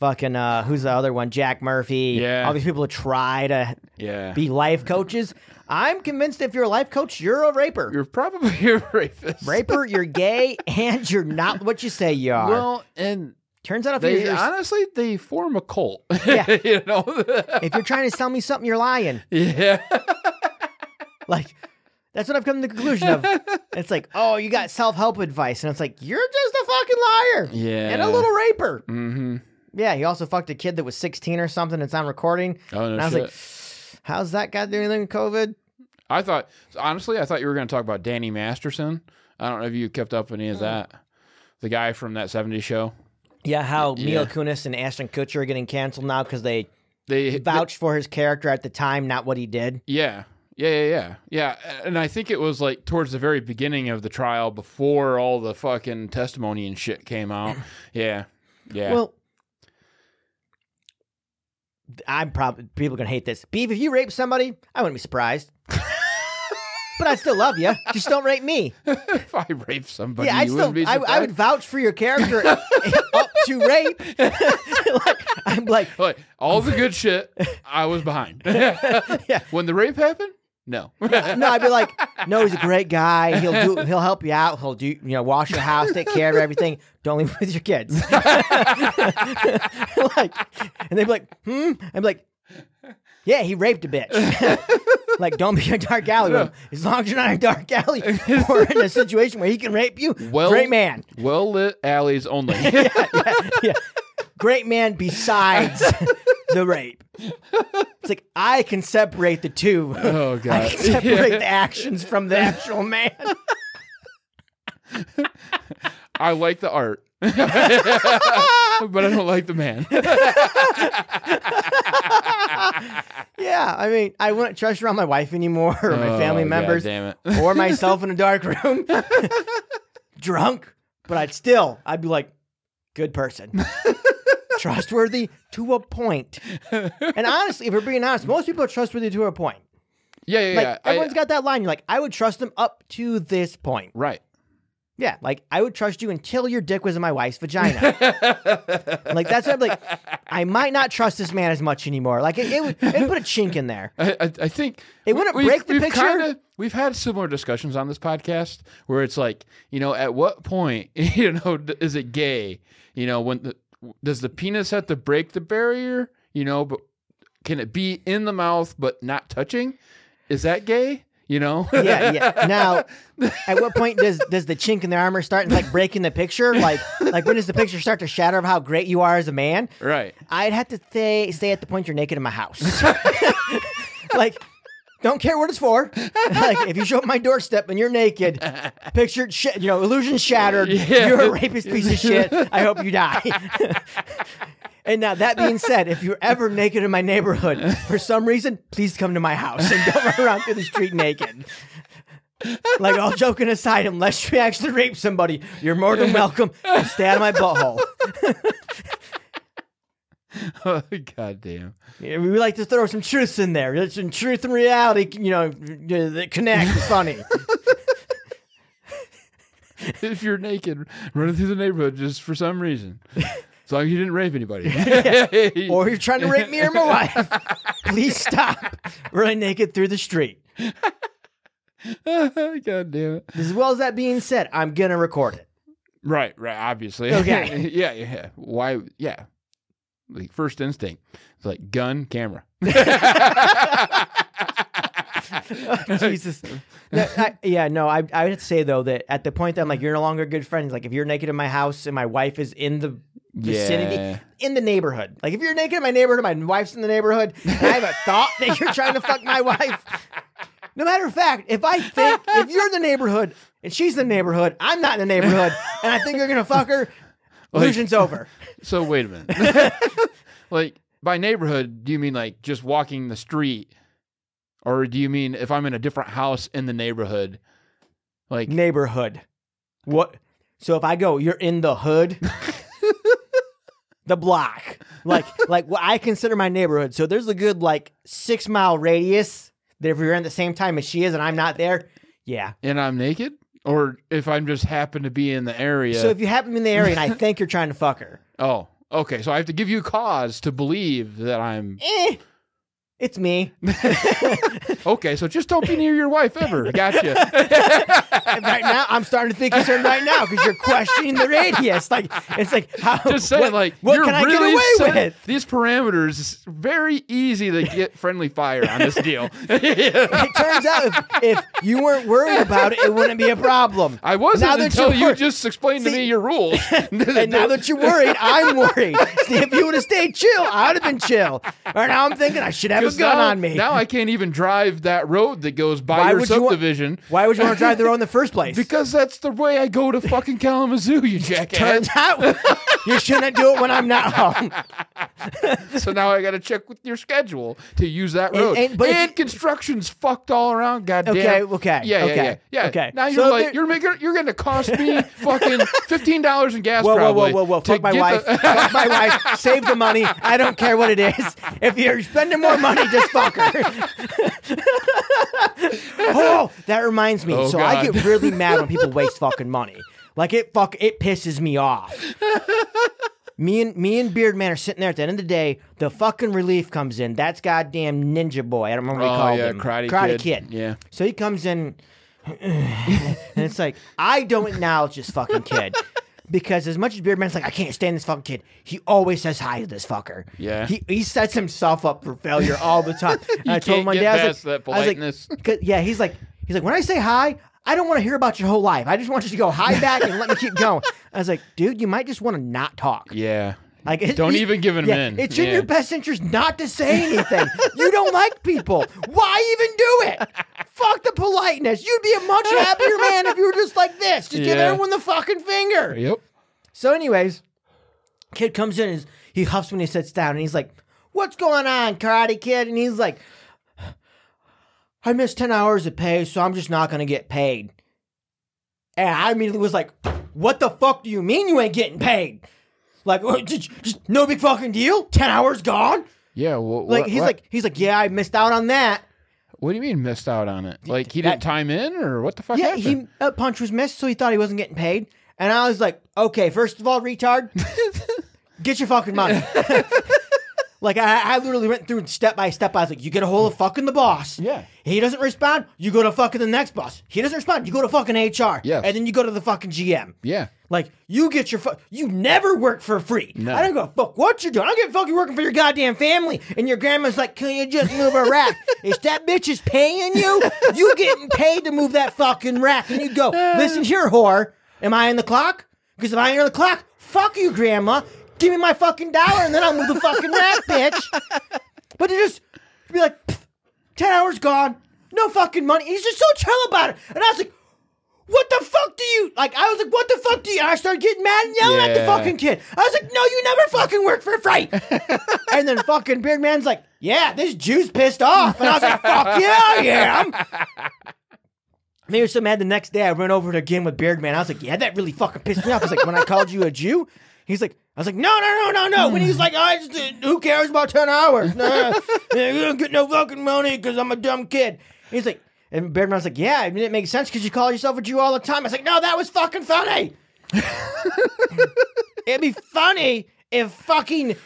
S3: fucking, uh, who's the other one? Jack Murphy.
S2: Yeah.
S3: All these people that try to
S2: yeah
S3: be life coaches. I'm convinced if you're a life coach, you're a raper.
S2: You're probably a rapist.
S3: raper, you're gay, and you're not what you say you are.
S2: Well, and
S3: Turns out if
S2: they
S3: you're,
S2: honestly they form a cult.
S3: Yeah.
S2: you know.
S3: if you're trying to sell me something, you're lying.
S2: yeah.
S3: Like, that's what I've come to the conclusion of. it's like, oh, you got self help advice. And it's like, you're just a fucking liar
S2: Yeah.
S3: and a little raper.
S2: Mm-hmm.
S3: Yeah, he also fucked a kid that was 16 or something. It's on recording.
S2: Oh no
S3: And I was
S2: shit.
S3: like, how's that got to do anything with COVID?
S2: I thought honestly, I thought you were going to talk about Danny Masterson. I don't know if you kept up any
S3: Mm.
S2: of that. The guy from that '70s show.
S3: Yeah, how
S2: Yeah.
S3: Mila Kunis and Ashton Kutcher are getting canceled now because they
S2: They
S3: vouched for his character at the time, not what he did.
S2: Yeah. Yeah, yeah, yeah. Yeah. And I think it was like towards the very beginning of the trial before all the fucking testimony and shit came out. Yeah. Yeah.
S3: Well, I'm probably people are gonna hate this. Beef, if you rape somebody, I wouldn't be surprised. but I still love you. Just don't rape me.
S2: if I rape somebody,
S3: yeah, I
S2: you wouldn't
S3: still
S2: be
S3: I, I
S2: surprised?
S3: would vouch for your character up to rape. like, I'm like,
S2: Like, all the good shit, I was behind. When the rape happened, no.
S3: no, I'd be like, no, he's a great guy. He'll do. He'll help you out. He'll do. You know, wash your house, take care of everything. Don't leave with your kids. like, and they'd be like, hmm. I'm like, yeah, he raped a bitch. like, don't be in a dark alley. with him. As long as you're not in a dark alley or in a situation where he can rape you,
S2: Well-
S3: great man.
S2: well lit alleys only.
S3: Yeah. Great man besides the rape. It's like I can separate the two.
S2: oh,
S3: I
S2: God.
S3: can separate the actions from the actual man.
S2: I like the art, but I don't like the man.
S3: Yeah, I mean, I wouldn't trust around my wife anymore or my family
S2: Oh, God
S3: members
S2: damn it.
S3: or myself in a dark room, drunk. But I'd still, I'd be like, good person, trustworthy to a point. And honestly, if we're being honest, most people are trustworthy to a point.
S2: Yeah, yeah,
S3: Like
S2: yeah. I-
S3: everyone's got that line. You're like, I would trust them up to this point.
S2: right.
S3: Yeah, like I would trust you until your dick was in my wife's vagina. like that's what I'm like. I might not trust this man as much anymore. Like it, it would it put a chink in there.
S2: I, I, I think
S3: It wouldn't break the picture.
S2: kinda- we've had similar discussions on this podcast where it's like, you know, at what point, you know, d- is it gay? You know, when the, does the penis have to break the barrier? You know, but can it be in the mouth but not touching? Is that gay? You know,
S3: Yeah, yeah. Now, at what point does does the chink in the armor start like breaking the picture? Like like when does the picture start to shatter of how great you are as a man?
S2: right?
S3: I'd have to say stay at the point you're naked in my house. like, don't care what it's for. like, if you show up my doorstep and you're naked, pictured, sh- you know, illusion shattered.
S2: Yeah.
S3: You're a rapist piece of shit. I hope you die. and now that being said, if you're ever naked in my neighborhood for some reason, please come to my house and don't run around through the street naked. Like all joking aside, unless you actually rape somebody, you're more than welcome to stay out of my butthole.
S2: Oh, God damn.
S3: Yeah, we like to throw some truths in there. It's in truth and reality, you know, that connect. It's funny.
S2: If you're naked running through the neighborhood just for some reason, as long as you didn't rape anybody,
S3: or you're trying to rape me or my wife. Please stop. Running naked through the street.
S2: God damn it.
S3: As well as that being said, I'm gonna record it.
S2: Right, right, obviously.
S3: Okay.
S2: yeah, yeah. Why yeah. Like first instinct. It's like gun, camera.
S3: Jesus. No, I- yeah, no, I, I would have to say though that at the point that I'm like, you're no longer good friends. Like if you're naked in my house and my wife is in the vicinity,
S2: Yeah.
S3: in the neighborhood. Like if you're naked in my neighborhood, my wife's in the neighborhood, and I have a thought that you're trying to fuck my wife. No matter of fact, if I think if you're in the neighborhood and she's in the neighborhood, I'm not in the neighborhood, and I think you're gonna fuck her, illusion's over.
S2: So wait a minute. like by neighborhood, do you mean like just walking the street? Or do you mean if I'm in a different house in the neighborhood? Like
S3: neighborhood. What? So if I go, you're in the hood, the block, like like what I consider my neighborhood. So there's a good like six mile radius that if you're in the same time as she is and I'm not there, yeah.
S2: and I'm naked? Or if I'm just happen to be in the area.
S3: So if you happen to be in the area and I think you're trying to fuck her,
S2: oh, okay. So I have to give you cause to believe that I'm
S3: eh, it's me.
S2: okay. So just don't be near your wife ever. Gotcha.
S3: And right now, I'm starting to think you're certain right now because you're questioning the radius. Like it's like how
S2: just saying,
S3: what,
S2: like,
S3: what
S2: you're
S3: can I
S2: really
S3: get away
S2: set-
S3: with?
S2: These parameters, it's very easy to get friendly fire on this deal.
S3: It turns out if, if you weren't worried about it, it wouldn't be a problem.
S2: I wasn't
S3: Now that
S2: until
S3: you're-
S2: you just explained to
S3: See-
S2: me your rules.
S3: And now that you're worried, I'm worried. See, if you would have stayed chill, I would have been chill. Or now I'm thinking I should have a
S2: 'Cause
S3: gun
S2: now,
S3: on me.
S2: now I can't even drive that road that goes by your
S3: would you wa-
S2: subdivision.
S3: Why would you want to drive the road in the first place?
S2: because that's the way I go to fucking Kalamazoo, you jackass.
S3: turns out you shouldn't do it when I'm not home.
S2: so now I got to check with your schedule to use that
S3: And-
S2: road. And,
S3: and- but if you-
S2: construction's fucked all around. Goddamn.
S3: Okay, okay,
S2: Yeah, yeah,
S3: okay,
S2: yeah, yeah.
S3: okay.
S2: Now you're
S3: So
S2: like
S3: there-
S2: you're making you're going to cost me fucking fifteen dollars in gas.
S3: Whoa, whoa,
S2: probably
S3: whoa, whoa, whoa!
S2: to
S3: Fuck my
S2: get
S3: wife.
S2: the-
S3: Fuck my wife. Save the money. I don't care what it is. If you're spending more money, just fuck her. oh, that reminds me.
S2: Oh,
S3: so I
S2: God.
S3: get really mad when people waste fucking money. Like it fuck it pisses me off. Me and me and Beardman are sitting there at the end of the day. The fucking relief comes in. That's goddamn Ninja Boy. I don't remember what
S2: Oh,
S3: he called
S2: yeah,
S3: him.
S2: Karate Kid. Yeah.
S3: So he comes in, and it's like I don't acknowledge this fucking kid because as much as Beardman's like I can't stand this fucking kid, he always says hi to this fucker.
S2: Yeah.
S3: He he sets himself up for failure all the time. And I told
S2: can't
S3: my
S2: get
S3: dad, I was
S2: past
S3: like,
S2: that
S3: I was like,
S2: politeness.
S3: 'Cause- yeah, he's like, he's like, when I say hi, I don't want to hear about your whole life. I just want you to go hi back and let me keep going. I was like, dude, you might just want to not talk.
S2: yeah.
S3: Like, it-
S2: Don't
S3: you-
S2: even give him in.
S3: It's in
S2: Yeah.
S3: your best interest not to say anything. you don't like people. Why even do it? Fuck the politeness. You'd be a much happier man if you were just like this. Just give
S2: Yeah.
S3: everyone the fucking finger.
S2: Yep.
S3: So, anyways, kid comes in and he's- he huffs when he sits down and he's like, What's going on, Karate Kid? And he's like, I missed 10 hours of pay, so I'm just not going to get paid. And I immediately was like, What the fuck do you mean you ain't getting paid? Like, what, did you- just no big fucking deal? 10 hours gone?
S2: Yeah. Well,
S3: Like, he's like, he's like, Yeah, I missed out on that.
S2: what do you mean missed out on it? Like he
S3: that-
S2: didn't time in, or what the fuck?
S3: Yeah,
S2: happened?
S3: he a punch was missed, so he thought he wasn't getting paid. And I was like, okay, first of all, retard, get your fucking money. like I, I literally went through step by step. I was like, you get a hold of fucking the boss.
S2: Yeah.
S3: He doesn't respond. You go to fucking the next boss. He doesn't respond. You go to fucking HR.
S2: Yes.
S3: And then you go to the fucking GM.
S2: Yeah.
S3: Like you get your fu- you never work for free. I don't give a fuck what you're doing. I don't give a fuck you're working for your goddamn family. And your grandma's like, can you just move a rack? if that bitch is paying you, you getting paid to move that fucking rack. And you go, listen here, whore. Am I in the clock? Because if I ain't on the clock, fuck you, grandma. Give me my fucking dollar and then I'll move the fucking rack, bitch. But to just be like, "Pff, 10 hours gone, no fucking money. He's just so chill about it. And I was like, what the fuck do you like? I was like, what the fuck do you? And I started getting mad and yelling at the
S2: Yeah.
S3: fucking kid. I was like, no, you never fucking work for free. and then fucking Beard Man's like, yeah, this Jew's pissed off. And I was like, fuck yeah, I am. And They were so mad the next day. I ran over it again with Beard Man. I was like, yeah, that really fucking pissed me off. I was like, when I called you a Jew, he's like, I was like, no, no, no, no, no. When he's like, I just, uh, who cares about 10 hours? Nah, yeah, you don't get no fucking money because I'm a dumb kid. He's like, and Beard Man's like, yeah, I mean, it makes sense because you call yourself a Jew all the time. I was like, no, that was fucking funny. It'd be funny if fucking, y-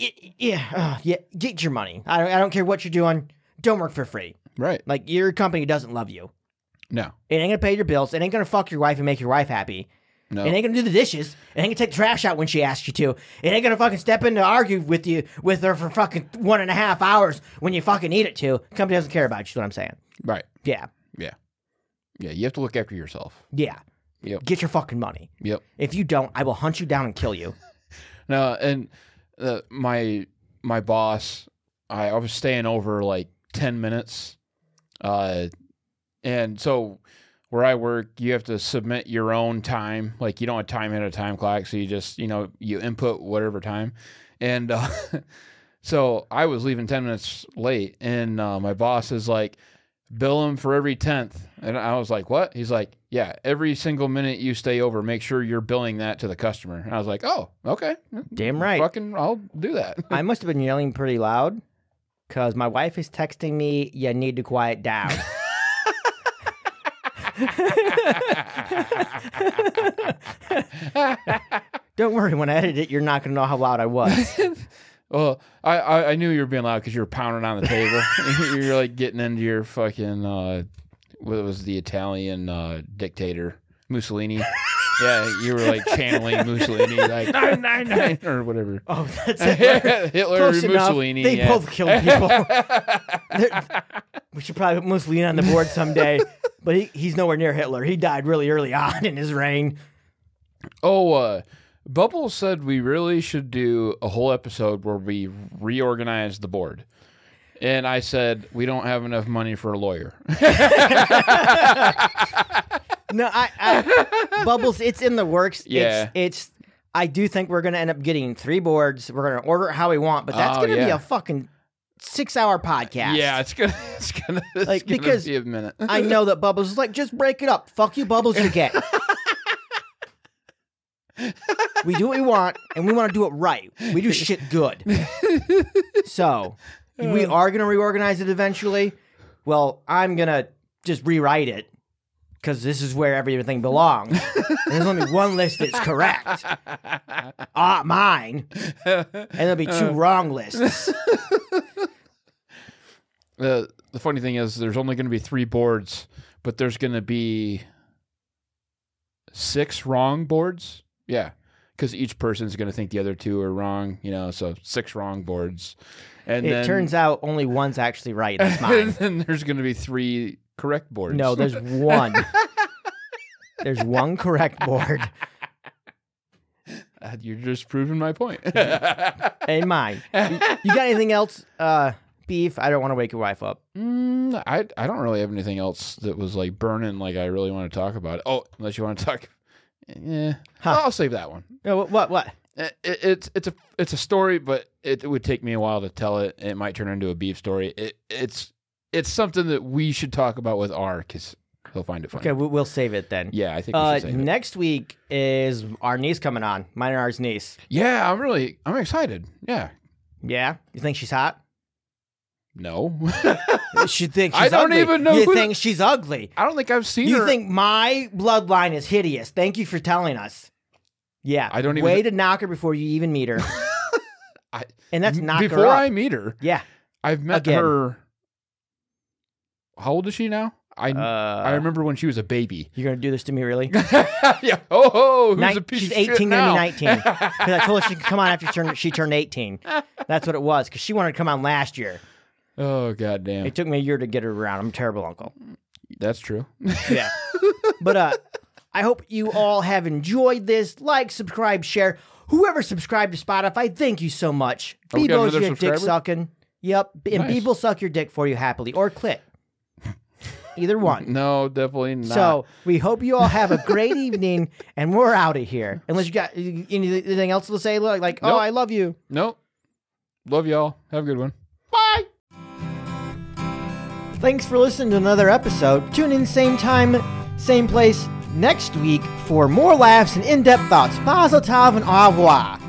S3: y- yeah, uh, yeah, get your money. I don't, I don't care what you're doing. Don't work for free.
S2: Right.
S3: Like, your company doesn't love you.
S2: No.
S3: It ain't gonna pay your bills. It ain't gonna fuck your wife and make your wife happy.
S2: No.
S3: It ain't gonna do the dishes. It ain't gonna take the trash out when she asks you to. It ain't gonna fucking step in to argue with you with her for fucking one and a half hours when you fucking need it to. Company doesn't care about you. Is what I'm saying.
S2: Right.
S3: Yeah,
S2: Yeah. Yeah. You have to look after yourself.
S3: yeah.
S2: Yep.
S3: Get your fucking money.
S2: Yep.
S3: If you don't, I will hunt you down and kill you.
S2: No, and uh, my my boss, I, I was staying over like ten minutes, uh, and so where I work, you have to submit your own time. Like you don't have time in a time clock, so you just you know you input whatever time, and uh, so I was leaving ten minutes late, and uh, my boss is like. Bill him for every tenth, and I was like, "What?" He's like, "Yeah, every single minute you stay over, make sure you're billing that to the customer." And I was like, "Oh, okay,
S3: Damn right.
S2: fucking I'll do that.
S3: I must have been yelling pretty loud because my wife is texting me, you need to quiet down. Don't worry, when I edit it, you're not going to know how loud I was.
S2: Well, I, I, I knew you were being loud because you were pounding on the table. You're like getting into your fucking uh, what was the Italian uh, dictator Mussolini? yeah, you were like channeling Mussolini, like nine nine nine or whatever.
S3: Oh, that's it.
S2: Hitler
S3: Close
S2: or
S3: enough.
S2: Mussolini?
S3: They
S2: yeah.
S3: both killed people. They're- we should probably put Mussolini on the board someday, but he, he's nowhere near Hitler. He died really early on in his reign.
S2: Oh, uh, Bubble said we really should do a whole episode where we reorganize the board. And I said, we don't have enough money for a lawyer.
S3: No, I, I Bubbles. It's in the works.
S2: Yeah.
S3: it's, it's I do think we're gonna end up getting three boards. We're gonna order it how we want, but that's
S2: Oh,
S3: gonna be
S2: yeah.
S3: a fucking six-hour podcast.
S2: Yeah, it's gonna it's gonna, it's
S3: Like,
S2: gonna
S3: because-
S2: be a minute.
S3: I know that Bubbles is like, just break it up. Fuck you, Bubbles. You get. we do what we want, and we want to do it right. We do shit good. so
S2: Uh.
S3: we are gonna reorganize it eventually. Well, I'm gonna just rewrite it because this is where everything belongs. And there's only one list that's correct. Ah, mine, and there'll be
S2: Uh.
S3: two wrong lists.
S2: the Uh, the funny thing is there's only going to be three boards, but there's going to be six wrong boards. Yeah, because each person's going to think the other two are wrong. You know, so six wrong boards, and
S3: it
S2: then,
S3: turns out only one's actually right. That's
S2: and
S3: mine.
S2: then there's going to be three correct boards.
S3: No, there's one. there's one correct board
S2: Uh, you're just proving my point.
S3: in mine. You, you got anything else? Uh, beef. I don't want to wake your wife up.
S2: Mm, I I don't really have anything else that was like burning. Like I really want to talk about. It. Oh, unless you want to talk. Yeah,
S3: Huh.
S2: I'll save that one. Eh,
S3: No, what? What? what?
S2: it, it's it's a it's a story, but it, it would take me a while to tell it. It might turn into a beef story. It it's it's something that we should talk about with R because he'll find it funny.
S3: Okay, we, we'll save it then.
S2: Yeah, I think we
S3: Uh,
S2: should save it.
S3: next week is our niece coming on. Mine and ours niece.
S2: Yeah, I'm really I'm excited. Yeah,
S3: Yeah. You think she's hot?
S2: no,
S3: She thinks
S2: I
S3: she's
S2: don't
S3: ugly.
S2: even know
S3: You
S2: who the-
S3: think she's ugly?
S2: I don't think I've seen
S3: You
S2: her.
S3: think my bloodline is hideous? Thank you for telling us. Yeah.
S2: I don't even-
S3: way to knock her before you even meet her.
S2: I-
S3: and that's knock
S2: before
S3: her up.
S2: I meet her.
S3: yeah.
S2: I've met
S3: Again.
S2: her. How old is she now? I I
S3: Uh,
S2: remember when she was a baby.
S3: You're gonna do this to me, really?
S2: yeah. Oh, oh who's
S3: Nin-
S2: a piece
S3: she's
S2: of
S3: 18,
S2: shit
S3: gonna
S2: now?
S3: be 19. Because I told her she could come on after she turned, she turned 18. That's what it was. Because she wanted to come on last year.
S2: Oh goddamn,
S3: It took me a year to get her around. I'm a terrible uncle.
S2: that's true.
S3: Yeah. but uh, I hope you all have enjoyed this. Like, subscribe, share. Whoever subscribed to Spotify, thank you so much.
S2: Oh, we got
S3: Bebo's
S2: another
S3: your dick
S2: subscriber?
S3: sucking. Yep. And
S2: Nice.
S3: Bebo will suck your dick for you happily or clit. Either one.
S2: No, definitely not.
S3: So we hope you all have a great evening, and we're out of here. Unless you got anything else to say, like, like oh,
S2: Nope.
S3: I love you.
S2: Nope. Love y'all. Have a good one.
S3: Bye. Thanks for listening to another episode. Tune in same time, same place next week for more laughs and in-depth thoughts. Positive and au revoir.